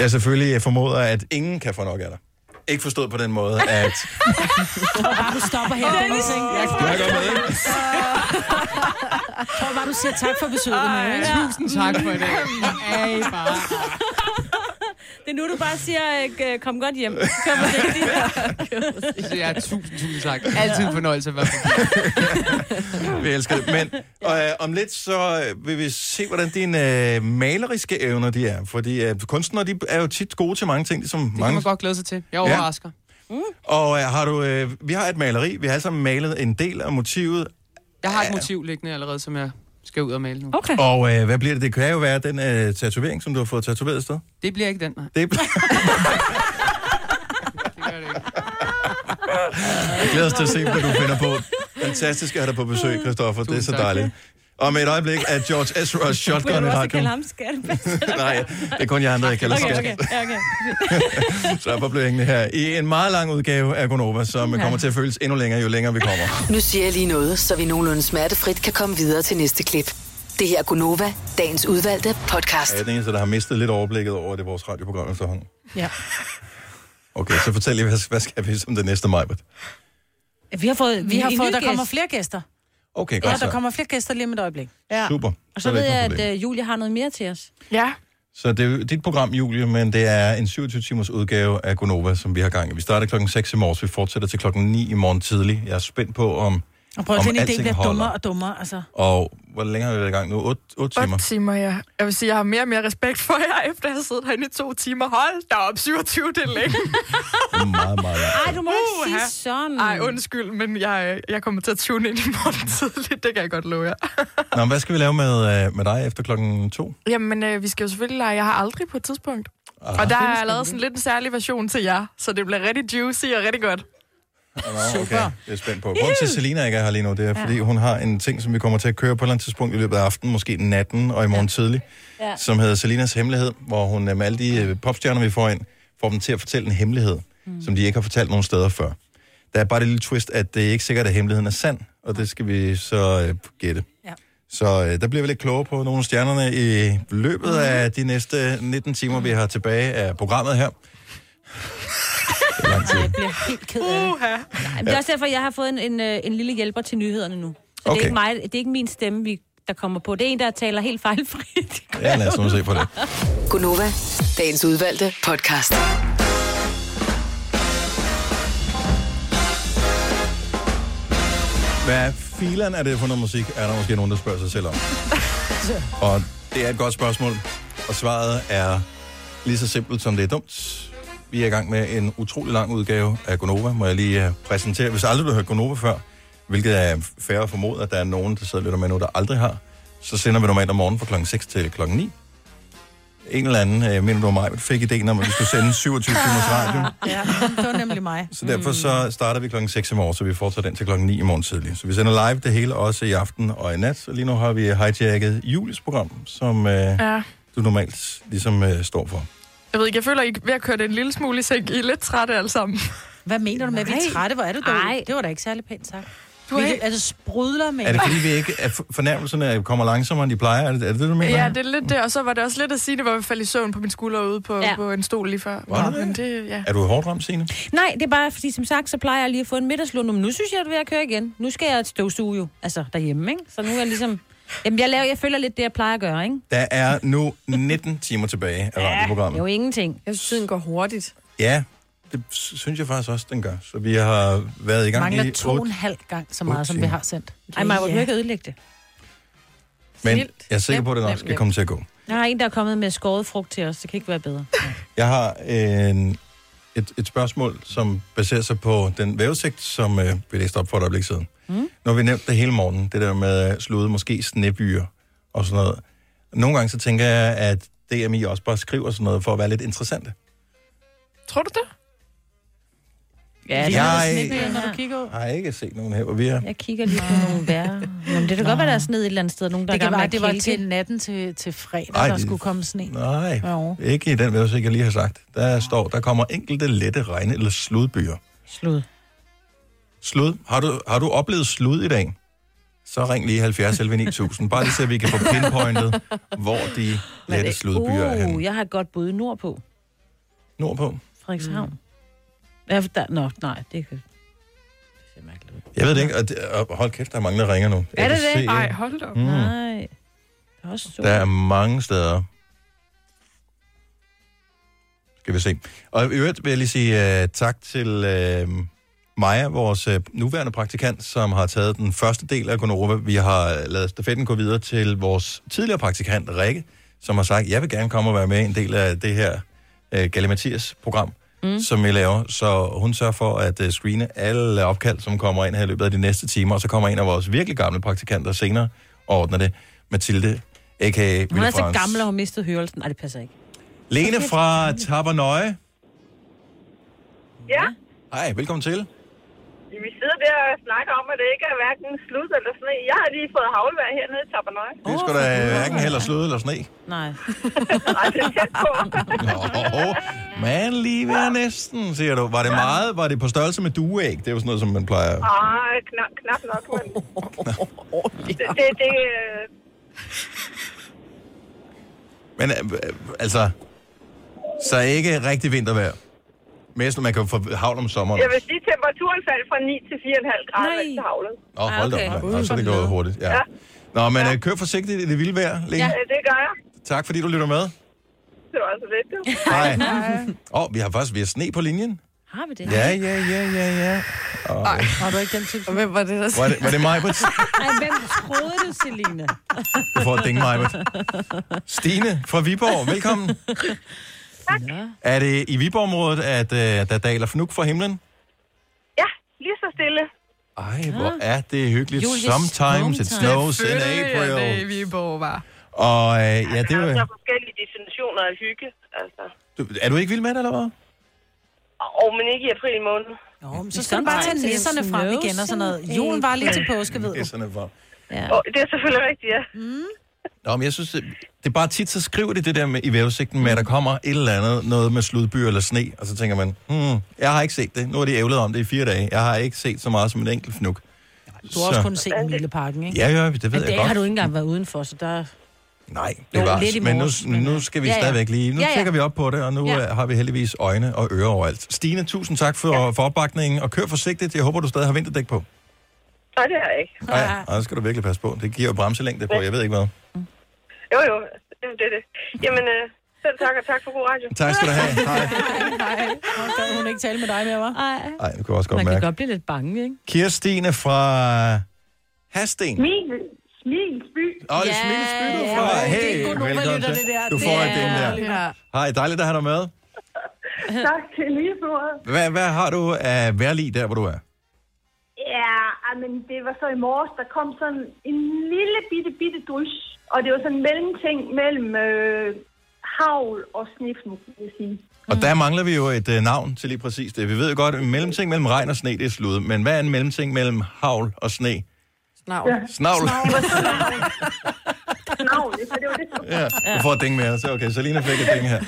S1: jeg selvfølgelig formoder, at ingen kan få nok af dig. Ikke forstået på den måde, at...
S2: tror bare, du stopper her. Dennis. Jeg
S1: Du er godt med, ikke?
S2: tror bare, du siger tak for besøget. Maja, ikke?
S10: Tusind tak for det. Ej, bare.
S4: Det er nu, du bare siger, øh, kom godt hjem. Kør forsigtigt.
S10: Så ja, tusind, tusind tak. Altid en fornøjelse at være på.
S1: Vi elsker det. Men og, øh, om lidt, så øh, vil vi se, hvordan dine øh, maleriske evner de er. Fordi øh, kunstnere, de er jo tit gode til mange ting, ligesom
S10: Det kan
S1: mange
S10: man godt glæde sig til. Jeg
S1: Ja.
S10: overrasker.
S1: Og øh, har du, øh, vi har et maleri, vi har alle sammen malet en del af motivet,
S10: Jeg har et motiv liggende allerede, som jeg skal ud og male nu.
S4: Okay.
S1: og øh, hvad bliver det? Det kan jo være den øh, tatovering, som du har fået tatoveret et sted.
S10: Det bliver ikke den, nej.
S1: Det Jeg glæder os til at se, hvad du finder på. Fantastisk at have dig på besøg, Christoffer. Det er så
S10: Tusind tak.
S1: dejligt. Om et øjeblik er George Ezra's
S4: Kunne
S1: shotgun
S4: du
S1: i
S4: også kalde
S1: radioen.
S4: ham skattebassen?
S1: Nej, det er kun jer andre, jeg kalder
S4: Okay,
S1: skat.
S4: okay, ja, okay.
S1: Så jeg blev hængende her i en meget lang udgave af Gonova, som
S7: Ja.
S1: kommer til at føles endnu længere, jo længere vi kommer.
S7: Nu siger jeg lige noget, så vi nogenlunde smertefrit kan komme videre til næste klip. Det her er Gunova, dagens udvalgte podcast.
S1: Jeg er den eneste, der har mistet lidt overblikket over det vores radioprogram efterhånden.
S4: Ja.
S1: Okay, så fortæl lige, hvad, hvad skal vi som det næste maj?
S2: Vi har fået, vi har
S4: En ny
S2: fået der
S4: gæst.
S2: kommer flere gæster.
S1: Okay,
S2: Ja,
S1: godt
S2: der
S1: så.
S2: kommer flere gæster lige om et øjeblik.
S4: Ja.
S1: Super.
S4: Og
S1: Så
S4: så
S1: er der
S4: ved
S1: ikke
S4: jeg,
S1: noget
S4: at øh, Julie har noget mere til os.
S3: Ja.
S1: Så det er jo dit program, Julie, men det er en 27-timers udgave af Gonova, som vi har gang i. Vi starter klokken 6 i morges, vi fortsætter til klokken 9 i morgen tidlig. Jeg er spændt på, om,
S2: Og prøv at
S1: om
S2: finde en idé,
S1: alting
S2: bliver
S1: holder.
S2: dummere og dummere. Altså.
S1: Og hvor længe har vi været i gang nu? 8, 8 timer?
S3: 8 timer, ja. Jeg vil sige, jeg har mere og mere respekt for jer, efter jeg har siddet herinde i to timer. Hold da op, 27, det er længe.
S1: meget, meget
S4: Ej, du må uh, ikke sige sådan.
S3: Ej, undskyld, men jeg, jeg kommer til at tune ind i morgen tidligt. Det kan jeg godt love jer.
S1: Nå, men hvad skal vi lave med, øh, med dig efter klokken 2?
S3: Jamen, øh, vi skal jo selvfølgelig lege. Jeg har aldrig på et tidspunkt. Aha. Og der
S1: Ah.
S3: er lavet sådan lidt en særlig version til jer, så det bliver rigtig juicy og rigtig godt.
S1: Nå, okay. Det er spændt på. Grunden til, at Selina ikke er her lige nu, det er, fordi hun har en ting, som vi kommer til at køre på et eller andet tidspunkt i løbet af aftenen, måske natten og i morgen tidlig,
S12: Ja.
S1: som hedder Selinas Hemmelighed, hvor hun øh, med alle de øh, popstjerner, vi får ind, får dem til at fortælle en hemmelighed, mm. som de ikke har fortalt nogen steder før. Der er bare det lille twist, at det er ikke sikkert, at hemmeligheden er sand, og det skal vi så øh, gætte. Ja. Så øh, der bliver vi lidt klogere på nogle af stjernerne i løbet
S12: Mhm.
S1: af de næste 19 timer, vi har tilbage af programmet her.
S4: Jeg bliver helt ked af det. Nej, men det er også derfor, jeg har fået en, en, øh, en lille hjælper til nyhederne nu. Så
S1: Okay.
S4: okay. det, er ikke mig, det er ikke min stemme, vi, der kommer på. Det er en, der taler helt fejlfrit.
S1: Ja, lad os nu se på det.
S7: Gunova, dagens udvalgte podcast.
S1: Hvad filan er det for noget musik, er der måske nogen, der spørger sig selv om? Og det er et godt spørgsmål, og svaret er lige så simpelt, som det er dumt. Vi er i gang med en utrolig lang udgave af Gonova, må jeg lige øh, præsentere. Hvis aldrig du har hørt Gonova før, hvilket er færre formodet, at der er nogen, der sidder og lytter med nu, der aldrig har, så sender vi normalt om morgenen fra klokken 6 til klokken 9. En eller anden, øh, minder du om mig, fik ideen om, at vi skulle sende 27 timers radio.
S2: Ja, det var nemlig mig.
S1: Så derfor så starter vi klokken 6 i morgen, så vi fortsætter den til klokken 9 i morgen tidlig. Så vi sender live det hele også i aften og i nat. Så lige nu har vi hijacket Julies program, som øh, ja.
S3: Ja.
S1: du normalt ligesom øh, står for.
S3: Jeg ved ikke, jeg føler, I er ved at køre det en lille smule i sænk. I er lidt trætte alle sammen.
S2: Hvad mener du med, at vi er
S3: Nej.
S2: trætte? Hvor er du dog?
S3: Nej.
S2: Det var da ikke særlig pænt sagt.
S3: Du
S2: Du
S3: er
S2: er
S3: helt-
S2: altså sprudler med.
S1: Er det fordi, vi ikke, at f- fornærmelserne kommer langsommere, end de plejer? Er det er det, det, du mener?
S3: Ja, det er lidt det, og så var det også lidt at sige, det var jeg faldt i søvn på min skulder ude på, ja. på en stol lige før.
S1: Var det det?
S3: Men det, ja.
S1: Er du hårdt ramt, Signe?
S4: Nej, det er bare, fordi som sagt, så plejer jeg lige at få en middagslur nu, men nu synes jeg, at jeg er ved at køre igen. Nu skal jeg støvsuge jo, altså derhjemme, ikke? Så nu er jeg ligesom... Jamen, jeg, laver, jeg føler lidt det, jeg plejer at gøre, ikke?
S1: Der er nu 19 timer tilbage af
S4: Det er
S1: radioprogrammet.
S4: jo ingenting.
S9: Jeg synes, tiden går hurtigt.
S1: Ja, det s- synes jeg faktisk også, den gør. Så vi har været i gang i
S2: Mangler to og
S1: otte-
S2: en halv gang så
S1: otte
S2: meget, som vi
S1: timer.
S2: har sendt.
S4: Ej, Maja, hvor kan du ikke ødelægge det?
S1: Men
S4: Vildt.
S1: jeg er sikker på, at det nok
S4: Nem,
S1: skal
S4: nem.
S1: komme til at gå.
S4: Der er en, der er kommet med skåret frugt til os. Det kan ikke være bedre.
S1: Jeg har en, et, et spørgsmål, som baserer sig på den vævesigt, som øh, vi læste op for et øjeblik siden. Mm. Når vi nævnte det hele morgenen, det der med øh, slude, måske snebyer og sådan noget. Nogle gange så tænker jeg, at DMI også bare skriver sådan noget for at være lidt interessante.
S3: Tror du det?
S4: Ja,
S1: det er Jeg- lidt
S2: når du kigger ud.
S1: Jeg har ikke set nogen her, hvor vi er.
S4: Jeg kigger lige på nogle vejr. Jamen, det kan godt være, der er sned et eller andet sted. Nogen, der
S2: Det kan
S4: er i gang
S2: være,
S4: med
S2: det var
S4: at kælke.
S2: til natten til, til fredag,
S1: Ej,
S2: der
S1: det-
S2: skulle komme sne.
S1: Nej,
S2: Jo.
S1: ikke i den vævesigt, jeg lige har sagt. Der står, der kommer enkelte lette regne- eller sludbyer.
S4: Slud.
S1: Slud. Har du, har du oplevet slud i dag? Så ring lige 70 11 9000. Bare lige så vi kan få pinpointet, hvor de lette sludbyer er henne.
S4: Uh, jeg har et godt bud nordpå.
S1: Nordpå.
S4: Frederikshavn. Mm. Ja, for der, nå, nej, det kan...
S1: Jeg ved det ikke, og, det, og hold kæft, der er mange, der ringer nu. Jeg
S4: Er det
S1: kan
S4: det?
S1: se,
S4: Nej,
S1: ikke?
S4: hold da op.
S1: Mm.
S4: Mm. Nej. Der er også sol.
S1: Der er mange steder. Skal vi se. Og i øvrigt vil jeg lige sige uh, tak til uh, Maja, vores uh, nuværende praktikant, som har taget den første del af Gonova. Vi har øh, lavet stafetten gå videre til vores tidligere praktikant, Rikke, som har sagt, jeg vil gerne komme og være med i en del af det her uh, Galimatias program. Mm. som vi laver, så hun sørger for at øh, screene alle opkald, som kommer ind her i løbet af de næste timer, og så kommer en af vores virkelig gamle praktikanter senere og ordner det. Mathilde, a.k.a. Ville
S4: Hun er så
S1: Frans.
S4: gammel og har mistet hørelsen. Nej, det passer ikke.
S1: Lene fra Tabernøje.
S12: Ja,
S1: Hej, velkommen til.
S12: vi sidder der og snakker om, at det ikke er hverken slut eller sne. Jeg har lige fået havlvejr hernede i Tabernøje.
S1: Det er sgu da hverken held og sløde eller sne.
S4: Nej.
S1: Nå, man lige ved næsten, siger du. Var det meget? Var det på størrelse med dueæg? Det er jo sådan noget, som man plejer.
S12: Ah, knap, knap nok, men... det, det, det, øh,
S1: Men øh, øh, altså, så ikke rigtig vintervejr. Mest, man kan jo få havl om sommeren.
S12: jeg vil sige, at temperaturen faldt fra 9 til 4,5 grader, mens det havlede.
S1: Nå, hold da
S3: Ah,
S1: op. mand. Nå, Så er det gået hurtigt. Ja.
S12: Ja.
S1: Nå, men øh, kør forsigtigt i det vilde vejr, Lene.
S12: Ja, det gør jeg.
S1: Tak, fordi du lytter med.
S12: Det var altså lidt, du.
S1: Hej. Åh, oh, vi har faktisk vi har sne på linjen.
S4: Har vi det?
S1: Ja, ja, ja, ja, ja. Oh.
S9: Nej.
S2: Har du ikke den til?
S9: Hvem var det, der
S1: Var det, var det mig,
S4: Ej, hvem troede du, Selina?
S1: du får et ding, Majbert. Stine fra Viborg, velkommen.
S12: Tak.
S1: Er det i Viborg-området, at øh, der daler fnug fra himlen?
S12: Ja, lige så stille.
S1: Ej, hvor er det hyggeligt.
S12: Julie,
S1: Sometimes it snows in
S3: Det er
S1: April.
S3: Viborg var.
S1: Og øh, ja, det er,
S12: Der
S1: jo-
S12: er forskellige definitioner af hygge, altså.
S1: du- er du ikke vild med det, eller hvad?
S12: Og men ikke i april måned.
S2: Nå, men så skal du bare tage nisserne frem igen og sådan noget. Julen var lige til påske, ved
S1: Det er
S2: du.
S1: sådan, at hvor-
S4: Ja.
S12: Og det er selvfølgelig rigtigt, ja. Mm.
S1: Nå, men jeg synes, det, det er bare tit, så skriver de det der med, i vævesigten med, at der kommer et eller andet, noget med sludbyer eller sne, og så tænker man, hmm, jeg har ikke set det. Nu har de ævlet om det i fire dage. Jeg har ikke set så meget som en enkelt fnug.
S2: Du har også
S1: Så-
S2: kun set den lille parken, ikke?
S1: Ja, ja, det ved
S2: Men
S1: jeg
S2: det
S1: godt.
S2: har du ikke engang været udenfor, så der...
S1: Nej,
S2: Jo,
S1: det var
S2: lidt i
S1: men, nu,
S2: morges, men, øh,
S1: nu skal vi
S2: ja,
S1: ja,
S2: ja.
S1: stadigvæk lige. Nu
S2: Ja,
S1: ja,
S2: ja.
S1: ja. tjekker vi op på det, og nu
S2: Ja.
S1: ja. har vi heldigvis øjne og ører overalt. Stine, tusind tak for, ja. for opbakningen, og kør forsigtigt. Jeg håber, du stadig har vinterdæk på.
S13: Nej, det har jeg ikke.
S1: Nej, ja. og det skal du virkelig passe på. Det giver jo bremselængde på, jeg ved ikke hvad.
S13: Jo, jo, det er det. Jamen, øh, selv tak, og tak for god radio.
S1: Tak skal du have. Hej.
S2: Nej, nej. Hun ikke tale med dig mere, hva'?
S4: Nej.
S1: Ej, nu kan jeg også godt
S4: Man kan
S1: mærke.
S4: godt blive lidt bange, ikke?
S1: Kirstine fra Hasten.
S14: Smilsby.
S1: Åh, det er Smilsby, du får. Hey, velkommen til. Du får et ding der. Hej, dejligt at have dig med.
S14: tak til lige for ordet.
S1: Hvad, hvad har du af værlig der, hvor du er?
S14: Ja, ej, men det var så i morges, der kom sådan en lille bitte, bitte drys. Og det var sådan en mellemting mellem øh, havl og sniften, kan jeg sige.
S1: Og
S4: Mm.
S1: der mangler vi jo et øh, navn til lige præcis det. Vi ved jo godt, en mellemting mellem regn og sne, det er slud. Men hvad er en mellemting mellem havl og sne?
S15: Snavl.
S14: Ja.
S1: Snavl.
S14: Det var sådan en- Snavl, ja, så det var det.
S1: Ja, du får et ding med, så okay, så Lina fik et ding her.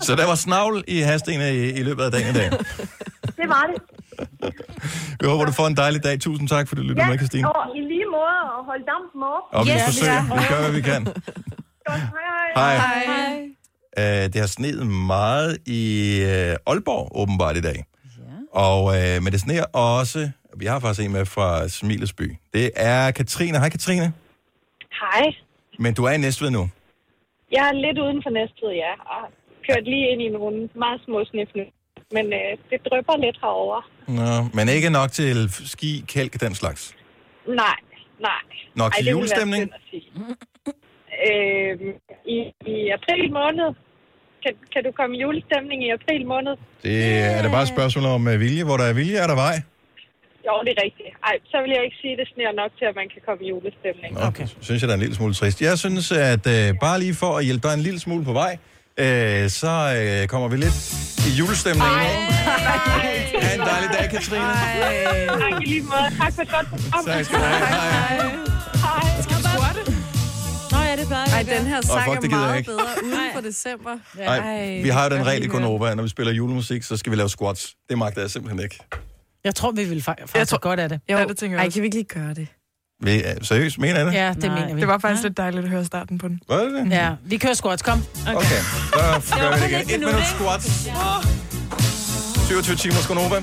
S1: Så der var snavl i hastene i, i løbet af dagen i dag.
S14: Det var det.
S1: Vi håber, du får en dejlig dag. Tusind tak, fordi du lyttede med, Christine.
S14: og i lige måde at holde dampen op.
S1: Og vi forsøger, vi gør, hvad vi kan. Hej. Hej. Øh, det har sneet meget i øh, Aalborg åbenbart i dag. Ja. Og, øh, men det sneer også, vi har faktisk en med fra Smilesby. Det er Katrine. Hej Katrine.
S6: Hej.
S1: Men du er i Næstved nu.
S6: Jeg er lidt uden for Næstved, ja, og kørt lige ind i nogle meget små snifne. Men øh, det drypper lidt herover.
S1: Nå, men ikke nok til ski, kælk den slags.
S6: Nej, nej.
S1: Nok til
S6: det ville være
S1: julestemning?
S6: synd at sige. Øh, i, I april måned. Kan, kan du komme i julestemning i april måned?
S1: Det er da bare et spørgsmål om øh, vilje. Hvor der er vilje, er der vej.
S6: Jo, det er rigtigt. Ej, så vil jeg ikke sige, at det sneer nok til, at man kan komme i julestemning.
S1: Okay. Synes jeg, der er en lille smule trist. Jeg synes, at øh, bare lige for at hjælpe dig en lille smule på vej, øh, så øh, kommer vi lidt i julestemningen. Ha' en dejlig dag, Katrine.
S6: Tak i lige måde. Tak for et godt program.
S1: Tak skal du have. Hej.
S15: Hej. Skal vi squatte?
S4: Nå ja, det plejer jeg
S15: Ej,
S4: at gøre.
S15: den her
S1: Åh,
S15: sang
S1: fuck,
S15: er
S1: det gider jeg
S15: meget
S1: ikke.
S15: bedre uden for december.
S1: Ej, vi har jo den regel i Konova, at når vi spiller julemusik, så skal vi lave squats. Det magter jeg simpelthen ikke.
S2: Jeg tror, vi vil fa- faktisk jeg tror... godt af det.
S3: Jo. Ja, det tænker jeg
S15: Ej, kan vi ikke lige gøre det?
S1: Vi, øh, seriøst, mener jeg det?
S2: Ja, det mener vi.
S3: Det var faktisk lidt dejligt at høre starten på den.
S1: Var det det?
S2: Ja, vi kører squats, kom.
S1: Okay, så
S2: Det var
S1: gør vi det
S2: kun
S1: igen.
S2: et
S1: Et
S2: minut,
S1: minut
S2: ikke?
S1: squats. 27 timers Konova.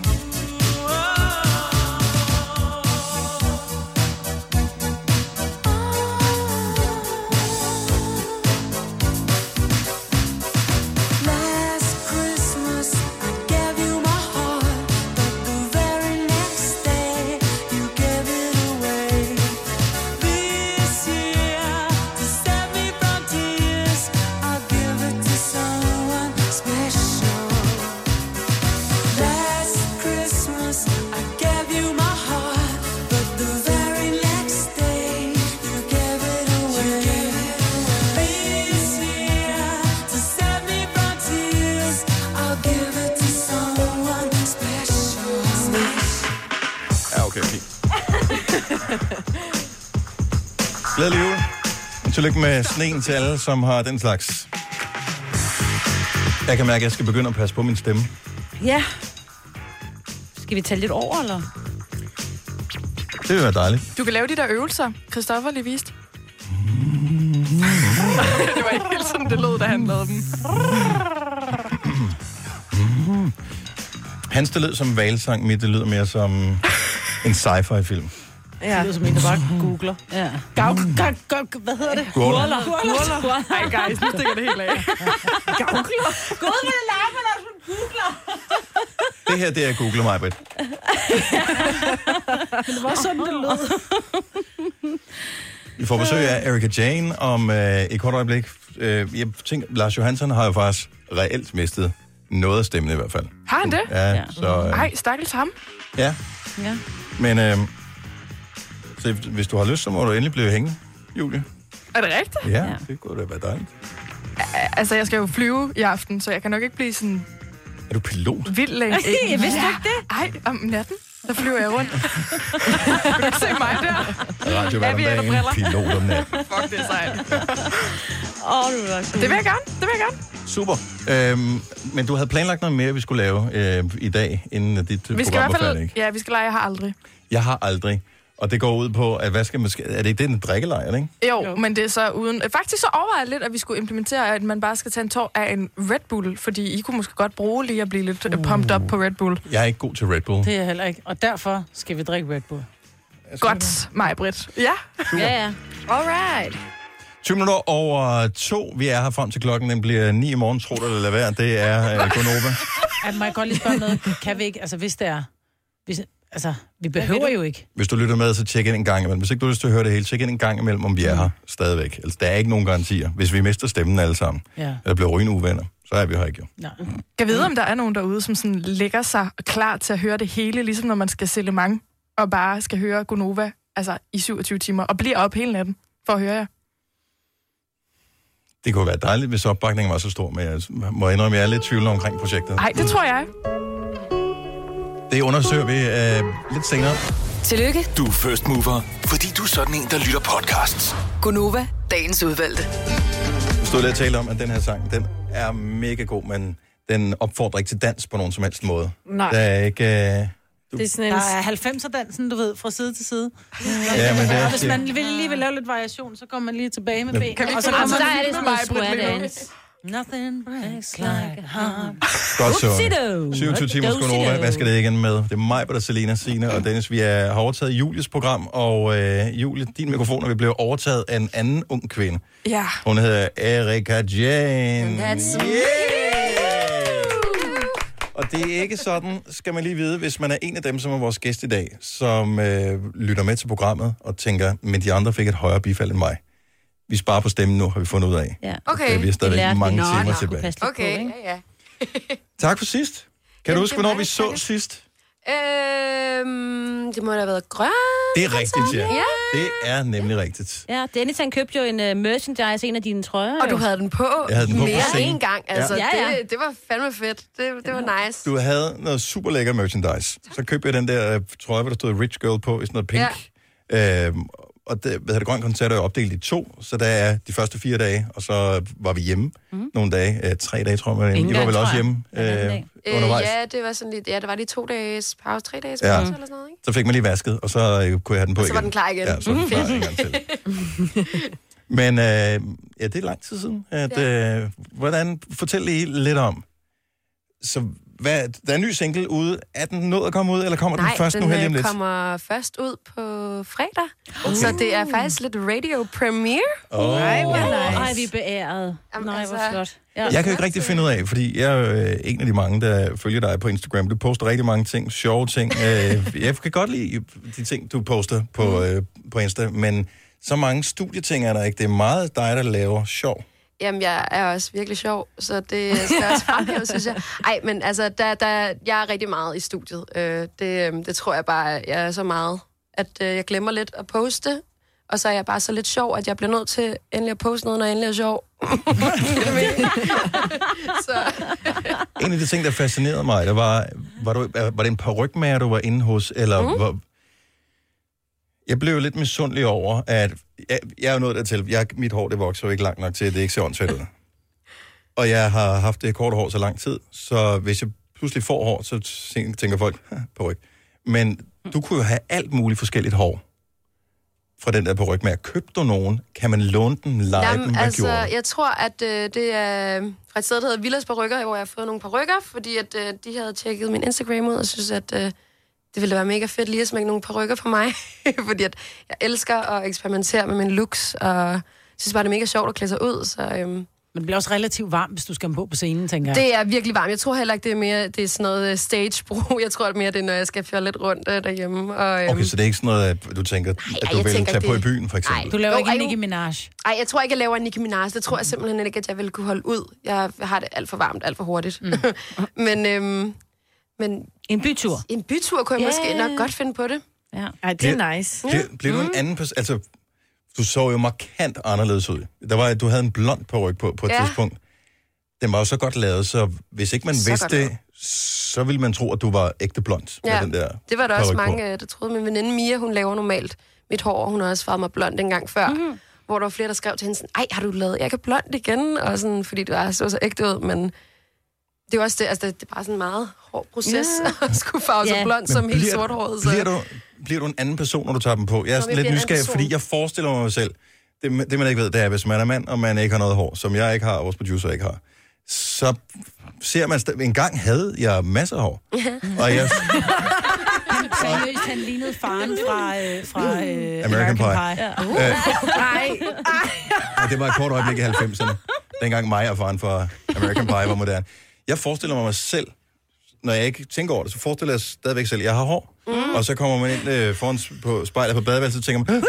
S9: Last Christmas, I gave you my heart, but the very next day, you gave it away. This year, to save me from tears, I'll give it to someone special. Last Christmas, I gave you my heart, but the very next day, you gave it away.
S1: Ja, okay, fint. Glædelig jul. Og Tillykke med sneen til alle, som har den slags. Jeg kan mærke, at jeg skal begynde at passe på min stemme.
S4: Ja. Skal vi tage lidt over, eller?
S1: Det vil være dejligt.
S3: Du kan lave de der øvelser, Christoffer lige viste. det var ikke helt sådan, det lød, da han lavede dem.
S1: Mm. Hans, det lød som valsang, mit det lyder mere som en sci-fi-film.
S2: Ja. Det lyder som en, der bare googler. Ja. Gav, gav, gav, hvad hedder det?
S1: Gurler.
S2: Gurler. Gurler.
S3: Ej, guys, nu stikker det helt af.
S2: Googler. Gud, hvor det larmer, når du googler.
S1: Det her, det er Google mig, Britt.
S2: Men det var sådan, det lød.
S1: Vi får besøg af Erika Jane om øh, et kort øjeblik. Øh, jeg tænker, Lars Johansson har jo faktisk reelt mistet noget af stemmen i hvert fald.
S3: Har han det?
S1: Ja, Ja. så, øh.
S3: Ej, stakkels ham.
S1: Ja,
S3: Ja.
S1: men øh, så hvis du har lyst, så må du endelig blive hængende, Julie.
S3: Er det rigtigt?
S1: Ja, ja. det kunne da være dejligt.
S3: Altså, jeg skal jo flyve i aften, så jeg kan nok ikke blive sådan
S1: Er du pilot?
S3: vild længe.
S1: Ej, jeg vidste ikke
S3: det. Ej, om natten, så flyver jeg rundt. kan du ikke se mig der?
S1: Radio hver om
S3: Aviator
S1: dagen,
S3: briller.
S1: pilot om natten.
S3: Fuck, det er sejt.
S4: Åh, oh, det var cool.
S3: Det vil jeg gerne, det vil jeg gerne.
S1: Super. Øhm, men du havde planlagt noget mere, vi skulle lave øh, i dag, inden at dit øh,
S3: Vi skal i
S1: program
S3: hvert
S1: var
S3: fald,
S1: færdigt.
S3: ja, vi skal lege, jeg har aldrig.
S1: Jeg har aldrig. Og det går ud på, at hvad skal man... sk- Er det ikke det, den drikkelejr, ikke?
S3: Jo, jo, men det er så uden... Øh, Faktisk så overvejer jeg lidt, at vi skulle implementere, at man bare skal tage en tår af en Red Bull, fordi I kunne måske godt bruge lige at blive lidt uh. pumped op på Red Bull.
S1: Jeg er ikke god til Red Bull.
S2: Det er jeg heller ikke. Og derfor skal vi drikke Red Bull.
S3: Godt, mig, Britt. Ja.
S2: Ja, ja.
S3: Alright.
S1: 20 minutter over to. Vi er her frem til klokken. Den bliver 9 i morgen, tro det eller lad være. Det er øh, Gunova.
S2: At, må jeg godt lige spørge om noget? Kan vi ikke, altså hvis det er... Hvis, altså, vi behøver jo ikke.
S1: Hvis du lytter med, så tjek ind en gang imellem. Hvis ikke du har lyst til at høre det hele, tjek ind en gang imellem, om vi er her stadigvæk. Altså, der er ikke nogen garantier. Hvis vi mister stemmen alle sammen,
S3: Ja.
S1: eller bliver rygende uvenner, så er vi her ikke jo.
S2: Nej.
S3: Jeg ved, om der er nogen derude, som sådan lægger sig klar til at høre det hele, ligesom når man skal sælge mange, og bare skal høre Gonova altså, i 27 timer, og bliver op hele natten for at høre jer.
S1: Det kunne være dejligt, hvis opbakningen var så stor, men jeg må indrømme, at jeg er lidt i tvivl omkring projektet.
S3: Nej, det tror jeg.
S1: Det undersøger vi øh, lidt senere.
S7: Tillykke,
S8: Du er first mover, fordi du er sådan en, der lytter podcasts.
S7: Gunova, dagens udvalgte.
S1: Vi stod lidt og talte om, at den her sang, den er mega god, men den opfordrer ikke til dans på nogen som helst måde.
S2: Nej.
S1: Der er ikke... Øh,
S2: Det er sådan en... Der er 90'er-dansen, du ved, fra side til side.
S1: Ja, men det er-
S2: Hvis man vil, lige vil lave lidt variation, så går man lige tilbage med
S1: Men-
S2: benene.
S1: Kan vi
S2: og så
S9: finde-
S2: kommer
S9: Altså, der
S2: man-
S9: er det sådan noget square dance.
S2: Nothing breaks like a heart.
S1: Godt så.
S2: Upsi-do.
S1: 27 timer skulle
S2: Upsi-do.
S1: over. Hvad skal det igen med? Det er mig, der Selena, Sine og Dennis. Vi er, har overtaget Julies program, og øh, Julie, din mikrofon er ved at blive overtaget af en anden ung kvinde.
S3: Ja.
S1: Hun hedder Erika Jane. Og det er ikke sådan, skal man lige vide, hvis man er en af dem, som er vores gæst i dag, som øh, lytter med til programmet og tænker, men de andre fik et højere bifald end mig. Vi sparer på stemmen nu, har vi fundet ud af.
S4: Ja.
S1: Okay. vi har stadigvæk mange
S4: Ah,
S1: timer tilbage.
S16: Okay, ja, ja.
S1: Tak for sidst. Kan du
S16: Jamen,
S1: huske,
S16: det er
S1: hvornår
S16: mig,
S1: vi
S16: der
S1: så
S16: takker.
S1: sidst?
S16: Øhm, det må da have været altså. grøn.
S1: Det er rigtigt, ja.
S4: Ja.
S1: Det er nemlig rigtigt.
S4: Ja, Dennis han købte jo en uh, merchandise, en af dine trøjer.
S16: Og du havde den på
S1: Jeg havde den på på
S16: mere end
S1: scenen.
S16: en gang.
S1: Ja.
S16: Altså,
S4: Ja,
S16: ja.
S4: ja.
S16: Det, det var fandme fedt. Det, det var nice.
S1: Du havde noget super lækker merchandise. Så købte jeg den der øh, trøje, hvor der stod Rich Girl på, i sådan noget pink.
S16: Ja.
S1: Ja. Øhm, og det, hvad hedder det, Grøn Koncert er jo opdelt i to, så der er de første fire dage, og så var vi hjemme mm. nogle dage. Øh, tre dage, tror jeg.
S16: Mhm. Ingen
S1: I var
S16: gang,
S1: vel også
S16: tror jeg.
S1: hjemme øh,
S16: Øh,
S1: undervejs.
S16: ja, det var sådan lidt... Ja, der var lige to dages pause, tre dages
S1: Ja.
S16: pause eller sådan noget, ikke?
S1: Så fik man lige vasket, og så øh, kunne jeg have den på
S16: Og så
S1: igen.
S16: var den klar igen. Mhm.
S1: Ja, så var den klar en gang til. Men øh, ja, det er lang tid siden. At, ja. øh, hvordan, fortæl lige lidt om. Så hvad, der er en ny single ude. Er den nået at komme ud, eller kommer
S16: Nej,
S1: den først
S16: den
S1: nu her lige
S16: øh,
S1: om lidt?
S16: kommer først ud på fredag. Så det er faktisk lidt radio premiere.
S1: Åh. Ej, hvor nice.
S4: Ej, vi er beæret. Jamen, Nej, hvor
S16: altså,
S4: flot.
S1: Jeg kan jo ikke rigtig finde ud af, fordi jeg er øh, en af de mange, der følger dig på Instagram. Du poster rigtig mange ting, sjove ting. Øh, jeg kan godt lide de ting, du poster på, øh, på Insta, men så mange studieting er der ikke. Det er meget dig, der laver sjov.
S16: Jamen, jeg er også virkelig sjov, så det skal også fremhæves, synes jeg. Ej, men altså, der, der, jeg er rigtig meget i studiet. Øh, det, øhm, det tror jeg bare, jeg er så meget, at øh, jeg glemmer lidt at poste. Og så er jeg bare så lidt sjov, at jeg bliver nødt til endelig at poste noget, når jeg endelig er sjov.
S1: En af de ting, der fascinerede mig, der var, var, du, var det en par rygmager, du var inde hos, eller mm. var, jeg blev jo lidt misundelig over, at jeg, jeg er jo nået dertil, jeg, mit hår det vokser jo ikke langt nok til, at det ikke ser åndssvagt ud. Og jeg har haft det korte hår så lang tid, så hvis jeg pludselig får hår, så tænker- tænker folk, "Ha, på ryg. Men du kunne jo have alt muligt forskelligt hår fra den der på ryg med. Købte du nogen? Kan man låne den, lege den? Hvad
S16: altså,
S1: gjorde du?
S16: jeg tror, at øh, det er fra et sted, der hedder Villas Rykker, hvor jeg har fået nogle rykker, fordi at, øh, de havde tjekket min Instagram ud og synes, at øh, det ville være mega fedt lige at smække nogle rykker på mig. fordi at jeg elsker at eksperimentere med min looks, og synes bare, det er mega sjovt at klæde sig ud. Så, øhm,
S2: Men det bliver også relativt varmt, hvis du skal på på scenen, tænker jeg.
S16: det er virkelig varmt. Jeg tror heller ikke, det er mere det er sådan noget øh, stagebrug. Jeg tror at mere, det er, når jeg skal fjolle lidt rundt øh, derhjemme. Og, øhm,
S1: Okay, så det er ikke sådan noget, at du tænker, at
S16: ej,
S1: du
S16: jeg
S1: vil
S16: tænker
S1: tage på i
S16: det-
S1: byen, for eksempel?
S16: Ej,
S2: Du laver
S16: Jo,
S2: ikke en
S16: ej, jo.
S2: Nicki Minaj.
S16: Ej, jeg tror ikke, jeg laver en Nicki Minaj. Det tror jeg simpelthen ikke, at jeg ville kunne holde ud. Jeg har det alt for varmt, alt for hurtigt. Mm. men, øhm, men...
S4: En bytur.
S16: En bytur kunne jeg
S4: Ja.
S16: yeah. måske nok godt finde på det. Mm.
S4: Ja.
S9: Ej,
S1: Bliver, bliver du en anden person? Altså, du så jo markant anderledes ud. Der var, du havde en blond peruk på på et
S16: Ja.
S1: ja. tidspunkt. Den var jo så godt lavet, så hvis ikke man
S16: Så
S1: så vidste
S16: godt
S1: det,
S16: lavet.
S1: så ville man tro, at du var ægte blond ja.
S16: Ja,
S1: med den der
S16: det var der også
S1: paryk på.
S16: mange, øh, der troede. Min veninde Mia, hun laver normalt mit hår, og hun har også farvet mig blond en gang før. Mm. Hvor der var flere, der skrev til hende sådan, ej, har du lavet ikke blond igen? Og sådan, fordi det var så så ægte ud, men det er jo også det, altså det, det er bare sådan en meget hård proces
S4: Ja.
S16: at skulle farve sig blond
S1: Men
S16: som helt
S1: bliver-
S16: sorthåret. Så.
S1: Bliver du, bliver du en anden person, når du tager dem på? Jeg er
S17: Nå,
S1: sådan lidt
S17: jeg bliver en anden
S1: nysgerrig,
S17: person.
S1: fordi jeg forestiller mig selv, det, det man ikke ved, det er, hvis man er mand, og man ikke har noget hår, som jeg ikke har, og vores producer ikke har, så ser man... St- en gang havde jeg masser af hår, og jeg
S2: Seriøst, han lignede faren fra, øh, fra øh,
S1: American Pie.
S2: Ja.
S1: Øh.
S2: Nej.
S1: Og det var et kort øjeblik i 90'erne. Dengang mig og faren fra American Pie var moderne. Jeg forestiller mig mig selv, når jeg ikke tænker over det, så forestiller jeg stadigvæk selv, at jeg har hår. Mm. Og så kommer man ind øh, foran s- på spejlet på badeværelset og tænker man, "Hå!"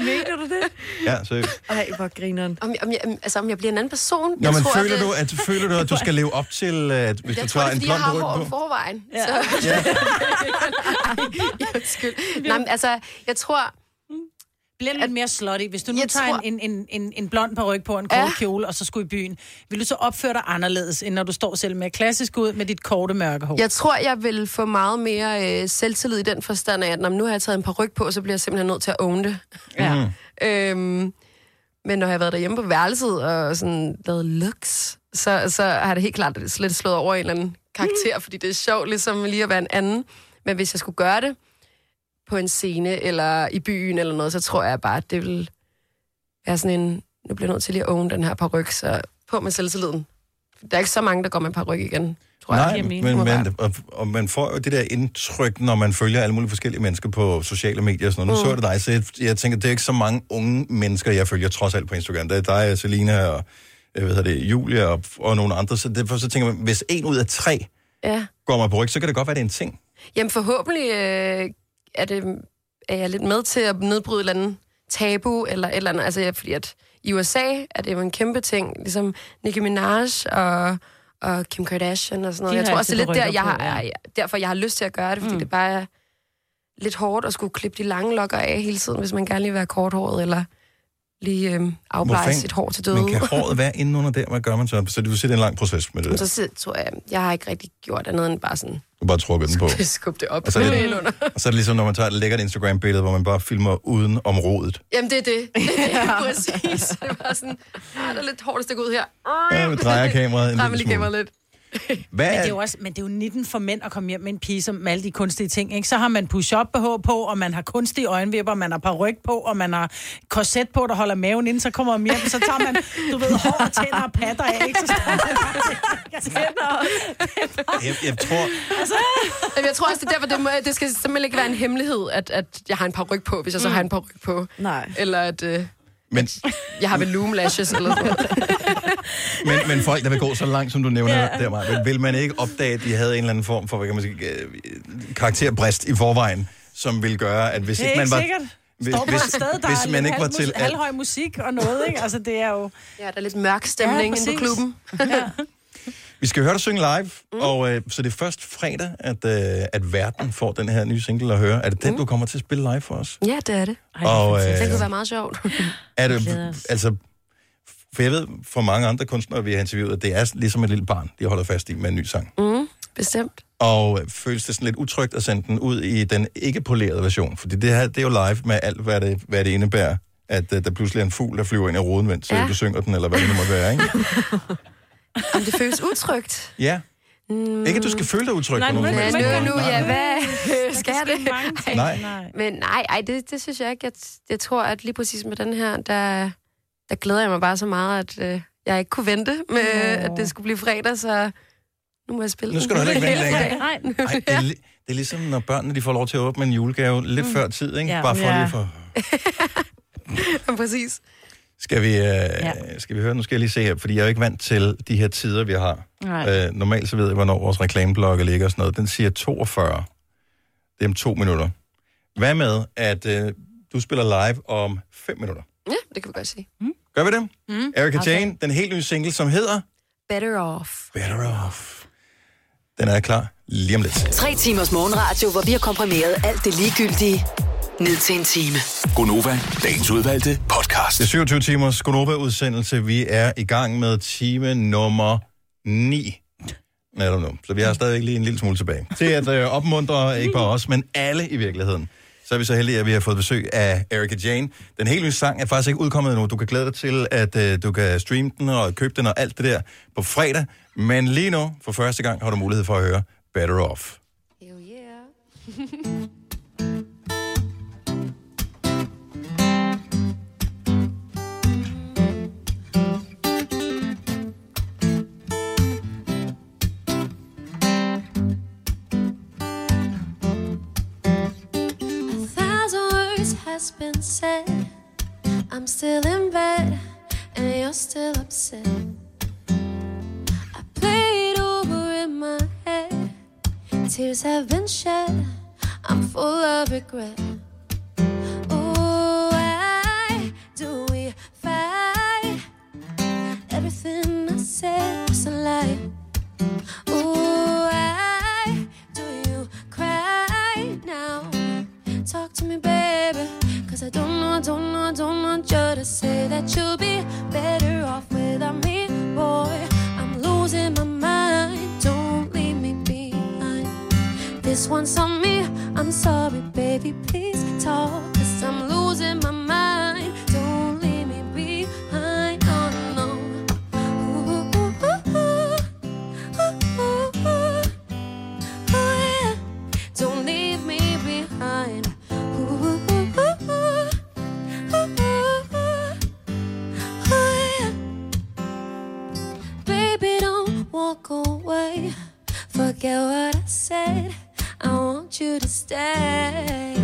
S16: Mener du det?
S1: ja, så...
S16: Ej, hvor grineren. Om, jeg- om, jeg, altså, om jeg bliver en anden person?
S1: Nå,
S16: Jeg
S1: men
S16: tror,
S1: føler, du, at, føler du, at du skal leve op til, øh, at hvis
S16: jeg
S1: du
S16: tror, det
S1: tager
S16: er,
S1: en
S16: fordi jeg
S1: blond
S16: har
S1: ryg
S16: hår i
S1: på?
S16: forvejen. Ja. Så...
S1: Ja.
S16: Ej, Undskyld. Nej, men altså, jeg tror...
S2: Bliver lidt mere slutty. Hvis du nu
S16: Jeg
S2: tager
S16: tror-
S2: en, en, en, en blond paryk på, en kort ja. kjole, og så skulle i byen, vil du så opføre dig anderledes, end når du står selv med klassisk ud med dit korte mørke hår?
S16: Jeg tror, jeg vil få meget mere øh, selvtillid i den forstand af, at når nu har jeg taget en par ryg på, så bliver jeg simpelthen nødt til at own det.
S1: Ja. Mm.
S16: Øhm, men når jeg har været derhjemme på værelset og sådan lavet looks, så, så har det helt klart slet slået over i en eller anden karakter, fordi det er sjovt ligesom lige at være en anden. Men hvis jeg skulle gøre det på en scene eller i byen eller noget, så tror jeg bare, at det vil være sådan en, nu bliver jeg nødt til lige at own den her par ryg, så på med selvtilliden. Der er ikke så mange, der går med par ryg igen, tror
S1: Nej,
S16: jeg.
S1: men, men og, og man får jo det der indtryk, når man følger alle mulige forskellige mennesker på sociale medier og sådan noget. Nu
S16: Mm.
S1: så jeg det dig, så jeg, jeg tænker, det er ikke så mange unge mennesker, jeg følger trods alt på Instagram. Det er dig, Selina og øh, hvad hedder det, Julia og, og nogle andre. Så derfor så tænker man, hvis en ud af tre
S16: Ja.
S1: går mig på ryg, så kan det godt være, det er en ting.
S16: Jamen forhåbentlig øh, er, det, er jeg lidt med til at nedbryde et eller andet tabu, eller et eller andet. Altså, jeg- fordi at i USA er det jo en kæmpe ting, ligesom Nicki Minaj og, og Kim Kardashian og sådan noget.
S4: De
S16: jeg
S4: har
S16: tror også, det er
S4: altid
S16: lidt der, jeg
S4: rykker
S16: har,
S4: på, ja.
S16: jeg, derfor jeg har lyst til at gøre det, fordi mm. det bare er lidt hårdt at skulle klippe de lange lokker af hele tiden, hvis man gerne lige vil være korthåret, eller lige øhm, afpleje
S1: fanden-
S16: sit hår til
S1: Men
S16: døde.
S1: kan håret være inde under der? Hvad gør man så? Så det vil sige, det er en lang proces med det der.
S16: Så sidder- tror jeg, jeg har ikke rigtig gjort andet end bare sådan,
S1: Du bare trukket den på.
S16: skub det op.
S1: Og så, er
S16: Helt under.
S1: det, og så er det ligesom, når man tager et lækkert Instagram-billede, hvor man bare filmer uden om rodet.
S16: Jamen, det er det. Det er præcis. Det var sådan, ah, der er lidt hårdt at stikke ud her.
S1: Ja, vi drejer kameraet en
S16: Drejer
S1: lille
S16: lige
S1: smule.
S16: kameraet lidt.
S1: Hvad
S2: Men det, er
S1: er-
S2: jo også, men det er jo 19 for mænd at komme hjem med en pige som med alle de kunstige ting. Ikke? Så har man push-up BH på, og man har kunstige øjenvipper, man har paryk på, og man har korset på, der holder maven ind, så kommer man hjem, så tager man, du ved, hår og tænder og patter af. Ikke? Så står man bare-
S1: Jeg, jeg tror,
S16: Altså, Jamen, jeg tror også, det er derfor, det, må, det skal simpelthen ikke være en hemmelighed, at, at jeg har en par ryg på, hvis jeg så
S9: Mm.
S16: har en par ryg på.
S9: Nej.
S16: Eller at øh,
S1: men,
S16: jeg har volume lashes eller sådan noget.
S1: men, men folk, der vil gå så langt, som du nævner
S16: Ja.
S1: yeah. der, Maja, vil man ikke opdage, at de havde en eller anden form for, hvad kan man sige, øh, karakterbrist i forvejen, som ville gøre, at hvis
S2: det er
S1: ikke man
S2: ikke
S1: var...
S2: sikkert.
S1: Hvis,
S2: Står på
S1: hvis,
S2: et sted, der
S1: hvis
S2: er
S1: man
S2: lidt
S1: ikke var
S2: halv-
S1: til at...
S2: halvhøj musik og noget, ikke? Altså, det er jo...
S16: Ja, der er lidt mørk stemning inde på
S2: præcis.
S16: klubben.
S2: Ja.
S1: Vi skal høre dig synge live, mm. og øh, så det er først fredag, at, øh, at verden får den her nye single at høre. Er det den, mm. du kommer til at spille live for os?
S16: Ja, det er det.
S1: Og, øh,
S16: det kunne være meget sjovt.
S1: Er
S16: Vi
S1: det,
S16: glæder os.
S1: altså, for jeg ved, for mange andre kunstnere, vi har interviewet, at det er ligesom et lille barn, de holder fast i med en ny sang.
S16: Mm, bestemt.
S1: Og øh, føles det sådan lidt utrygt at sende den ud i den ikke polerede version? Fordi det, her, det er jo live med alt, hvad det, hvad det indebærer. At uh, der pludselig er en fugl, der flyver ind i roden, mens ja.
S16: Ja.
S1: du synger den, eller hvad det nu må være, ikke?
S16: Om det føles utrygt.
S1: Ja.
S16: Mm.
S1: Ikke, at du skal føle dig utryg
S16: Nej,
S1: på
S16: nu,
S1: nogen
S16: ja,
S1: måde.
S16: nu, nu, ja,
S1: Nej.
S16: hvad skal jeg det?
S1: ting. Nej. Nej.
S16: Men nej, ej, det, det synes jeg ikke. Jeg, jeg tror, at lige præcis med den her, der, der glæder jeg mig bare så meget, at øh, jeg ikke kunne vente med, at det skulle blive fredag, så nu må jeg spille
S1: Nu skal
S16: den.
S1: du heller ikke vente længere.
S16: Nej,
S1: Ej, det, er, li- det er ligesom, når børnene de får lov til at åbne en julegave lidt mm.
S16: Mm.
S1: før tid, ikke?
S16: Ja.
S1: Bare for
S16: Ja.
S1: lige for...
S16: ja, præcis.
S1: Skal vi, øh, ja. skal vi høre? Nu skal jeg lige se her, fordi jeg er jo ikke vant til de her tider, vi har.
S16: Nej.
S1: Øh, normalt så ved jeg, hvornår vores reklameblokke ligger og sådan noget. Den siger 42. Det er om to minutter. Hvad med, at øh, du spiller live om 5 minutter?
S16: Ja, det kan vi godt sige. Mm.
S1: Gør vi det?
S16: Mm.
S1: Erika okay. Jane, den helt nye single, som hedder
S16: Better off.
S1: Better Off. Den er klar lige om lidt.
S7: Tre timers morgenradio, hvor vi har komprimeret alt det ligegyldige ned til en time.
S8: Gonova, dagens udvalgte podcast.
S1: Det er 27 timers Gonova-udsendelse. Vi er i gang med time nummer 9. Netop nu. Så vi har stadigvæk lige en lille smule tilbage. Til at øh, opmuntre ikke bare os, men alle i virkeligheden. Så er vi så heldige, at vi har fået besøg af Erika Jane. Den helt nye sang er faktisk ikke udkommet endnu. Du kan glæde dig til, at øh, du kan streame den og købe den og alt det der på fredag. Men lige nu, for første gang, har du mulighed for at høre Better Off.
S17: A thousand words has been said. I'm still in bed and you're still upset. I play it over in my head. Tears have been shed. I'm full of regret. Oh, why do we fight? Everything I said was a lie. Oh, why do you cry now? Talk to me, baby. Cause I don't know, don't know, don't want you to say that you'll be better off without me, boy. I'm losing my mind, don't leave me behind. This one's on me, I'm sorry, baby, please talk. Cause I'm losing my mind, don't leave me behind. Oh no. Ooh, ooh, ooh, ooh, ooh, ooh, yeah. Don't leave me behind. Baby, don't walk away. Forget what I said. I want you to stay.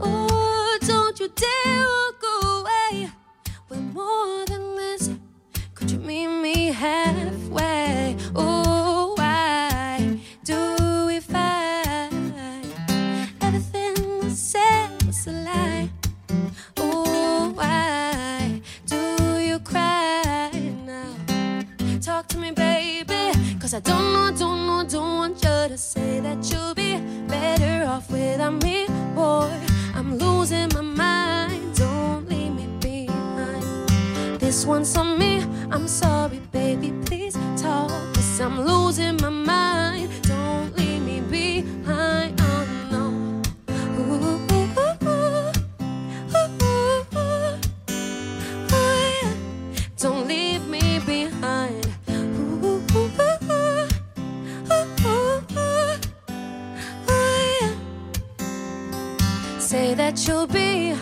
S17: Oh, don't you dare walk away. We're more than this. Could you meet me halfway? Oh, why do we fight? Everything I said was a lie. Oh, why do you cry now? Talk to me, baby. Cause I don't know, don't know, don't want you to say that you'll be better off without me, boy. I'm losing my mind. Don't leave me behind. This one's on me. I'm sorry, baby. Please talk. Cause I'm losing my mind. Don't leave me behind. Oh, no. Ooh, ooh, ooh, ooh, ooh, ooh, yeah. Don't leave me behind. Ooh, ooh, ooh, ooh, ooh, ooh, yeah. Say that you'll be.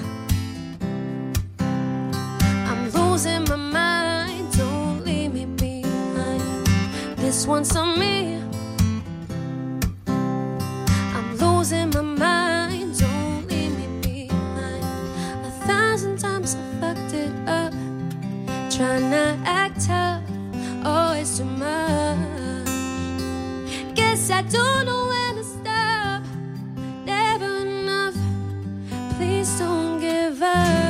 S17: I'm losing my mind. Don't leave me behind. This one's on me. I'm losing my mind. Don't leave me behind. A thousand times I fucked it up. Trying to act tough. Always too much. Guess I don't know when to stop. Never enough. Please don't give up.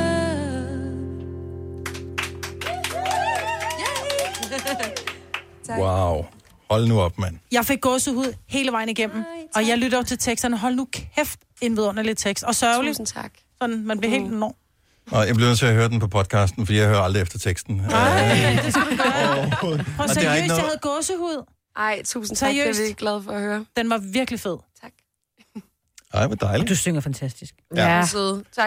S1: Wow. Hold nu op, mand.
S2: Jeg fik gåsehud hele vejen igennem, og jeg lytter til teksterne. Hold nu kæft, en vidunderlig tekst. Og sørgelig. Tusind
S16: tak. Mm.
S2: Sådan, man bliver helt enorm.
S1: Og jeg bliver nødt til at høre den på podcasten, fordi jeg hører aldrig efter teksten.
S2: Nej, det skal du gøre. Prøv
S1: Og det er
S2: seriøst,
S1: ikke noget-
S2: jeg havde gåsehud.
S16: Ej, tusind tak. Det er vi glade for at høre.
S2: Den var virkelig fed.
S1: Ej, hvor dejligt.
S4: Du synger fantastisk.
S16: Ja. ja. Søde. Tak.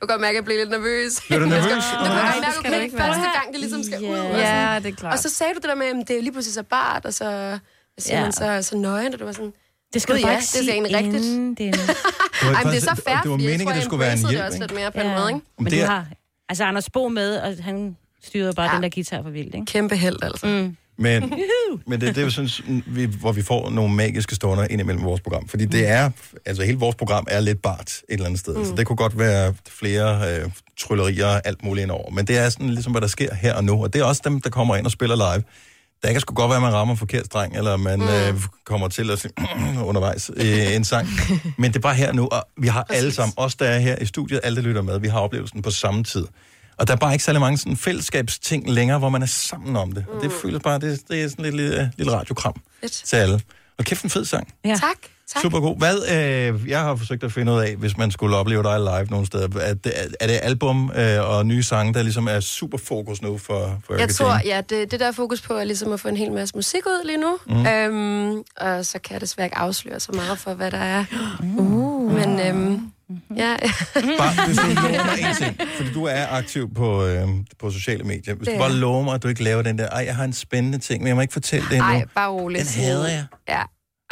S16: Jeg kan godt mærke, at jeg blev lidt nervøs.
S1: Bliver du nervøs?
S16: Jeg skal- Jeg
S1: Nej, det
S16: kan godt mærke,
S1: skal
S16: okay,
S1: du
S16: det
S1: ikke
S16: er
S1: være.
S16: første gang, det ligesom skal ud. og
S9: Ja,
S16: sådan.
S9: det er klart.
S16: Og så sagde du det der med, at det er lige pludselig så bart, og så hvad siger
S9: Ja.
S16: ja. man så, så nøgen, og det var sådan...
S4: Det skal du
S16: "Gud,
S4: bare
S16: ja,
S4: ikke
S16: det er
S4: sige
S16: egentlig rigtigt.
S4: Det
S16: Ej, men det er så
S1: faktisk-
S16: fair,
S1: det var
S16: fordi jeg
S1: meningen,
S16: tror,
S1: at det
S16: jeg
S1: skulle være en
S16: embracede
S1: hjælp,
S16: det også
S1: ikke?
S16: lidt mere på en måde, ikke?
S4: Men
S1: det
S4: du
S1: er-
S4: har... Altså, Anders Bo med, og han styrede bare ja. den der guitar for vildt, ikke?
S16: Kæmpe held, altså.
S4: Mm.
S1: Men, men det er det, jeg synes, vi, hvor vi får nogle magiske stunder ind imellem vores program. Fordi det er, altså hele vores program er lidt bart et eller andet sted. Mm. Så det kunne godt være flere øh, tryllerier og alt muligt indover. Men det er sådan ligesom, hvad der sker her og nu. Og det er også dem, der kommer ind og spiller live. Der kan sgu godt være, at man rammer en forkert streng, eller man mm. øh, kommer til at sige undervejs i en sang. Men det er bare her og nu, og vi har alle sammen, os der er her i studiet, alle der lytter med, vi har oplevelsen på samme tid. Og der er bare ikke særlig mange sådan fællesskabsting længere, hvor man er sammen om det. Mm. Og det føles bare, det, det er sådan lidt lille, lille radiokram
S16: Fedt.
S1: til alle. Og kæft en fed sang.
S4: Ja.
S16: Tak, tak.
S1: Super god. Hvad, øh, jeg har forsøgt at finde ud af, hvis man skulle opleve dig live nogle steder, er det, er det album øh, og nye sange, der ligesom er super fokus nu for, for
S16: Jeg
S1: Erika
S16: tror,
S1: Jane?
S16: ja, det, det der er fokus på, er ligesom at få en hel masse musik ud lige nu.
S1: Mhm.
S16: Mm. Øhm, og så kan jeg desværre ikke afsløre så meget for, hvad der er. Uh. Men øhm, ja.
S1: Bare, hvis du lover mig en ting, fordi du er aktiv på, øh, på sociale medier. Hvis
S16: Det
S1: du
S16: er
S1: bare
S16: jeg.
S1: lover mig, at du ikke laver den der, ej, jeg har en spændende ting, men jeg må ikke fortælle det endnu.
S16: Ej, bare roligt.
S1: Den hader jeg.
S16: Ja.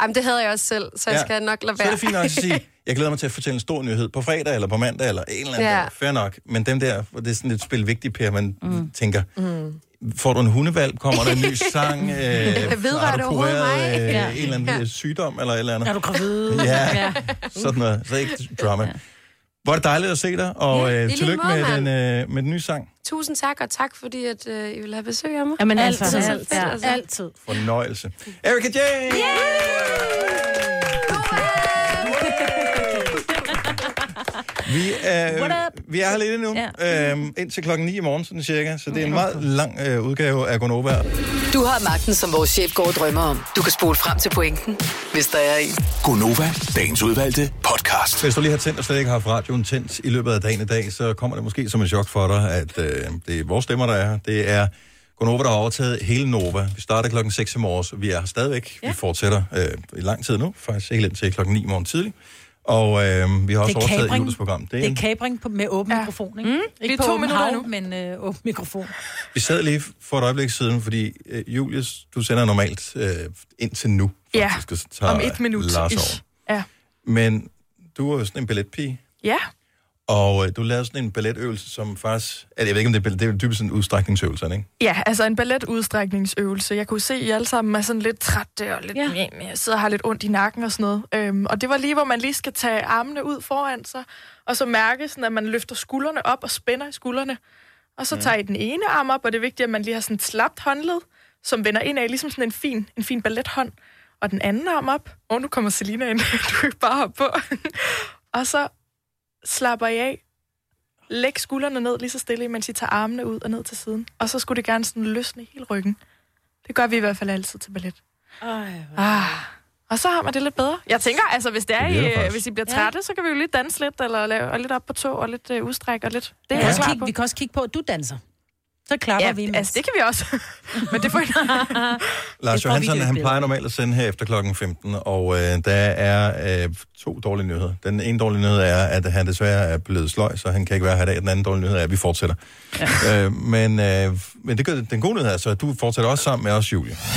S16: Jamen, det havde jeg også selv, så jeg
S1: Ja.
S16: skal nok lade
S1: Så
S16: være.
S1: er det fint nok at sige, Jeg glæder mig til at fortælle en stor nyhed på fredag, eller på mandag, eller en eller anden
S16: Ja.
S1: ja. dag. Fair nok. Men dem der, hvor det er sådan et spil vigtigt, Per, man mm. tænker,
S16: Mm.
S1: får du en hundevalg, kommer der en ny sang, øh,
S16: Vedrører
S1: har
S16: det
S1: du
S16: overhovedet
S1: kureret
S16: mig?
S1: øh,
S16: Ja.
S1: en eller anden
S16: Ja.
S1: ja. sygdom, eller et eller andet.
S2: Er du gravid?
S1: Ja, sådan noget. Så ikke drama. Ja. Hvor er det dejligt at se dig, og
S16: Ja, i
S1: ja, øh,
S16: lige
S1: tillykke
S16: måde,
S1: med
S16: mand.
S1: den, øh, med den nye sang.
S16: Tusind tak, og tak fordi, at øh, I vil have besøg af mig.
S4: Jamen, altså,
S16: Altid så
S4: altid,
S16: fedt,
S4: ja.
S16: altså.
S4: Altid.
S1: Fornøjelse. Erika Jane! Vi
S4: What
S1: er,
S4: up?
S1: vi er her lidt endnu, ja. øhm, indtil klokken 9 i morgen, sådan cirka. Så det er en meget lang øh, udgave af Gonova.
S7: Du har magten, som vores chef går og drømmer om. Du kan spole frem til pointen, hvis der er en.
S1: Gonova, dagens udvalgte podcast. Hvis du lige har tændt og slet ikke har haft radioen tændt i løbet af dagen i dag, så kommer det måske som en chok for dig, at øh, det er vores stemmer, der er her. Det er Gonova, der har overtaget hele Nova. Vi starter klokken 6 i morges, og vi er her stadigvæk. Ja. Vi fortsætter øh, i lang tid nu, faktisk helt indtil klokken 9 i morgen tidlig. Og øh, vi har også
S2: Det er
S1: overtaget
S2: kapring.
S1: Jules program.
S2: Det er, det er kabring på, med åben ja. mikrofon, ikke? Mm. Ikke
S9: Vi er
S2: på
S9: to
S2: åben
S9: minutter
S2: hav,
S9: endnu.
S2: men øh, åben mikrofon.
S1: Vi sad lige for et øjeblik siden, fordi øh, Julius, du sender normalt øh, indtil nu.
S3: Ja,
S1: faktisk, og så tager
S3: om et minut.
S1: Lars
S3: ish.
S1: over.
S3: Ja.
S1: Men du er jo sådan en balletpige,
S3: ja,
S1: og øh, du lavede sådan en balletøvelse, som faktisk... Altså, jeg ved ikke, om det er ballet, det er jo dybest sådan en udstrækningsøvelse, ikke?
S3: Ja, altså en balletudstrækningsøvelse. Jeg kunne se, at I alle sammen er sådan lidt trætte og lidt... Ja. Jeg sidder og har lidt ondt i nakken og sådan noget. Øhm, og det var lige, hvor man lige skal tage armene ud foran sig, og så mærke sådan, at man løfter skuldrene op og spænder i skuldrene. Og
S1: Mm.
S3: så tager I den ene arm op, og det er vigtigt, at man lige har sådan et slapt håndled, som vender indad, ligesom sådan en fin, en fin ballethånd. Og den anden arm op. Åh, oh, nu kommer Selina ind. Du kan bare hoppe på. og så slapper I af, Læg skuldrene ned lige så stille, mens I tager armene ud og ned til siden. Og så skulle det gerne sådan løsne hele ryggen. Det gør vi i hvert fald altid til ballet. Ah. Og så har man det lidt bedre. Jeg tænker, altså, hvis, det er,
S9: Det virker
S3: det I,
S9: faktisk.
S3: hvis I bliver trætte, ja. så kan vi jo lidt danse lidt, eller lave, og lidt op på tå, og lidt øh, udstræk, og lidt... Det er
S2: Vi kan
S3: jeg
S2: også
S3: klar
S2: kigge-
S3: på.
S2: vi kan også kigge på, at du danser. Så klapper
S3: ja,
S2: vi imens.
S3: altså, det kan vi også. Men det får
S1: Lars
S2: får vi
S1: Johansson,
S2: ikke
S1: han
S2: billeder.
S1: plejer normalt at sende her efter klokken 15, og øh, der er øh, to dårlige nyheder. Den ene dårlige nyhed er, at han desværre er blevet sløj, så han kan ikke være her i dag. Den anden dårlige nyhed er, at vi fortsætter. Ja. Øh, men øh, men det, gør- den gode nyhed er så, at du fortsætter også sammen med os, Julie.